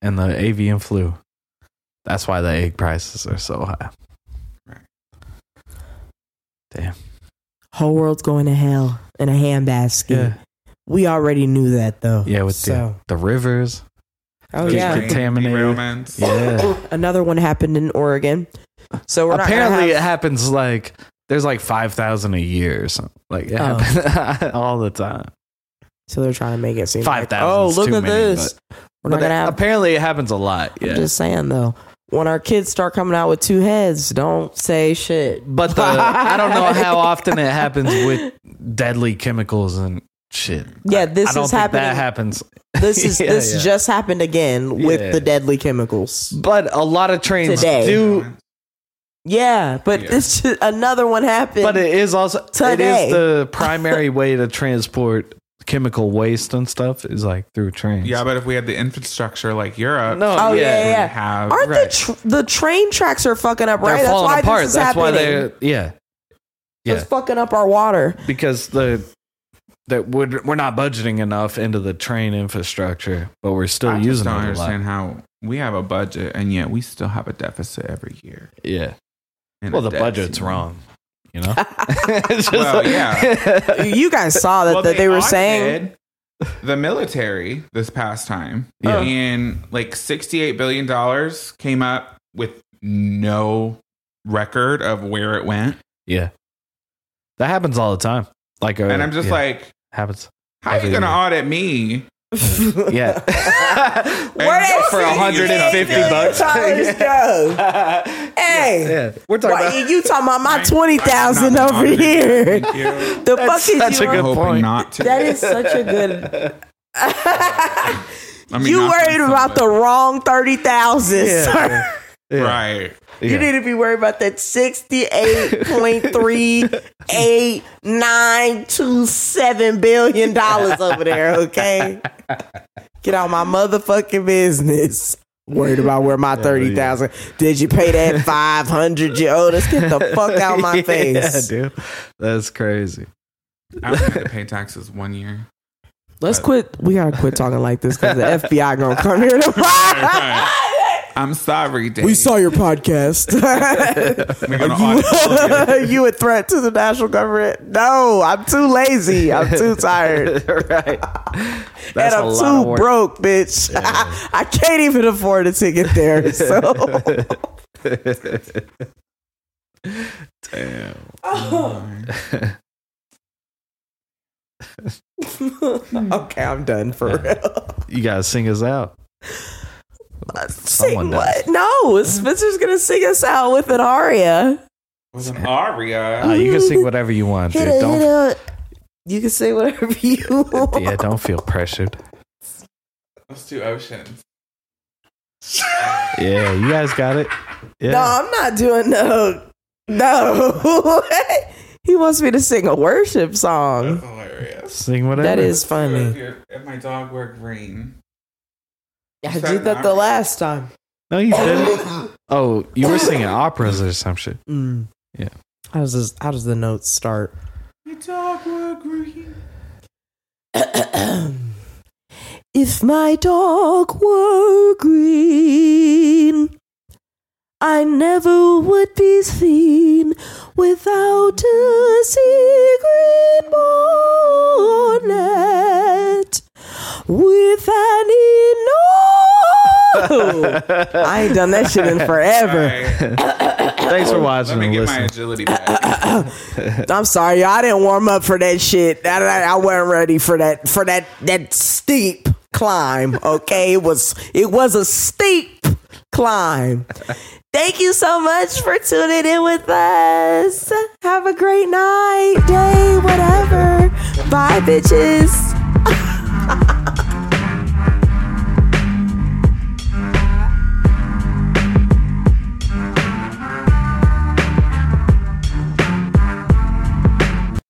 S1: and the avian flu. That's why the egg prices are so high.
S3: Whole world's going to hell in a handbasket. We already knew that though.
S1: Yeah, with
S3: so.
S1: the, the rivers.
S3: oh
S1: Just
S3: yeah.
S1: drink. Contaminated.
S2: derailments.
S1: Yeah.
S3: Another one happened in Oregon. So we're not
S1: Apparently, it happens like there's like 5,000 a year or something. Like it
S3: Oh.
S1: happens all the time.
S3: So they're trying to make it seem like,
S1: 5,000
S3: oh,
S1: is
S3: look
S1: too
S3: at
S1: many,
S3: this. We're not
S1: But
S3: gonna
S1: that-
S3: have.
S1: apparently, it happens a lot. Yeah.
S3: I'm just saying though, when our kids start coming out with two heads, don't say shit.
S1: but the, I don't know how often it happens with deadly chemicals and shit.
S3: Yeah,
S1: I
S3: this
S1: don't
S3: is
S1: think
S3: happening.
S1: that happens.
S3: This is
S1: Yeah,
S3: this
S1: yeah.
S3: just happened again with
S1: Yeah.
S3: the deadly chemicals.
S1: But a lot of trains
S3: Today.
S1: do.
S3: Yeah, but
S2: Yeah.
S3: this just, another one happened.
S1: But it is also it
S3: Today.
S1: is the primary way to transport chemical waste and stuff is like through trains.
S2: Yeah, but if we had the infrastructure like Europe,
S1: No, Oh,
S3: yeah,
S2: we
S3: yeah.
S2: have
S3: Aren't
S1: right.
S3: the tr- the train tracks are fucking up?
S1: they're
S3: Right,
S1: falling
S3: this
S1: apart.
S3: is
S1: That's why
S3: happening.
S1: they're yeah yeah.
S3: It's fucking up our water.
S1: because the that we're, we're not budgeting enough into the train infrastructure, but we're still
S2: I just
S1: using it
S2: don't
S1: a lot.
S2: understand how we have a budget and yet we still have a deficit every year.
S1: Yeah.
S2: and
S1: Well, the
S2: a debt
S1: budget's
S2: ceiling.
S1: wrong. You know. It's just
S2: Well, yeah.
S3: You guys saw that
S2: Well,
S3: that they, were saying
S2: audited the military this past time,
S1: Yeah.
S2: and like sixty-eight billion dollars came up with no record of where it went,
S1: yeah. That happens all the time. Like, uh,
S2: and I'm just
S1: yeah,
S2: like,
S1: happens.
S2: how are you
S1: Every
S2: going to
S1: year.
S2: audit me?
S1: Yeah.
S2: Where
S3: did
S1: for
S2: $68
S1: 150
S2: million
S1: bucks.
S3: dollars go? Hey.
S1: Yeah. We're talking
S3: Why,
S1: about
S3: you talking about my
S2: Right.
S3: twenty thousand
S2: Not
S3: over
S2: audited.
S3: here?
S2: Thank you.
S3: The
S1: That's
S3: fuck is
S1: such
S3: you
S1: a
S3: on-
S1: good
S2: Hoping
S1: point.
S2: not to.
S3: That is such a good.
S2: I mean,
S3: you
S2: not
S3: worried
S2: something,
S3: about
S2: but-
S3: the wrong thirty thousand,
S1: Yeah.
S3: sir.
S1: yeah.
S2: right.
S1: Yeah.
S3: You need to be worried about that sixty-eight point three eight nine two seven billion dollars over there. Okay, Get out my motherfucking business. Worried about where my thirty thousand? Did you pay that five hundred? You owed us. Get the fuck out my
S1: Yeah,
S3: face.
S1: dude. That's crazy.
S2: I only had to pay taxes one year.
S5: Let's
S3: Let's
S5: quit. We gotta quit talking like this because the FBI gonna come here.
S2: I'm sorry, Dave.
S3: we saw your podcast.
S2: We're gonna audit all of you.
S3: you a threat to the national government? No, I'm too lazy. I'm too tired.
S1: right.
S3: and
S1: That's a
S3: I'm
S1: lot of
S3: too
S1: work.
S3: broke, bitch. I can't even afford a ticket there. So
S1: Damn.
S3: okay, I'm done for real.
S1: You gotta sing us out. Someone
S5: sing
S1: does.
S5: what? No, Spencer's gonna sing us out with an aria.
S2: It was an aria.
S1: Uh, you can sing whatever you want, dude. Don't
S5: You can say whatever you want.
S1: yeah, don't feel pressured.
S2: Let's do oceans.
S1: Yeah, you guys got it. Yeah.
S5: No, I'm not doing no. No. he wants me to sing a worship song.
S2: That's hilarious.
S1: Sing whatever.
S5: That is
S2: If,
S5: funny.
S2: your- if my dog wore green,
S5: I did that the last time.
S1: No, you didn't. Oh, you were singing operas or some shit.
S3: Mm.
S1: Yeah.
S3: How does this, how does the notes start?
S2: my dog wore green.
S5: If my dog were green, I never would be seen without a sea green bonnet with an enormous.
S3: I ain't done that shit in
S2: All
S3: forever.
S2: right,
S1: Thanks for watching
S2: let
S1: and
S2: me get my
S1: listening.
S2: agility back.
S3: I'm sorry, y'all. I didn't warm up for that shit. I, I, I wasn't ready for that for that that steep climb. Okay, it was it was a steep climb.
S5: Thank you so much for tuning in with us. Have a great night, day, whatever. Bye, bitches.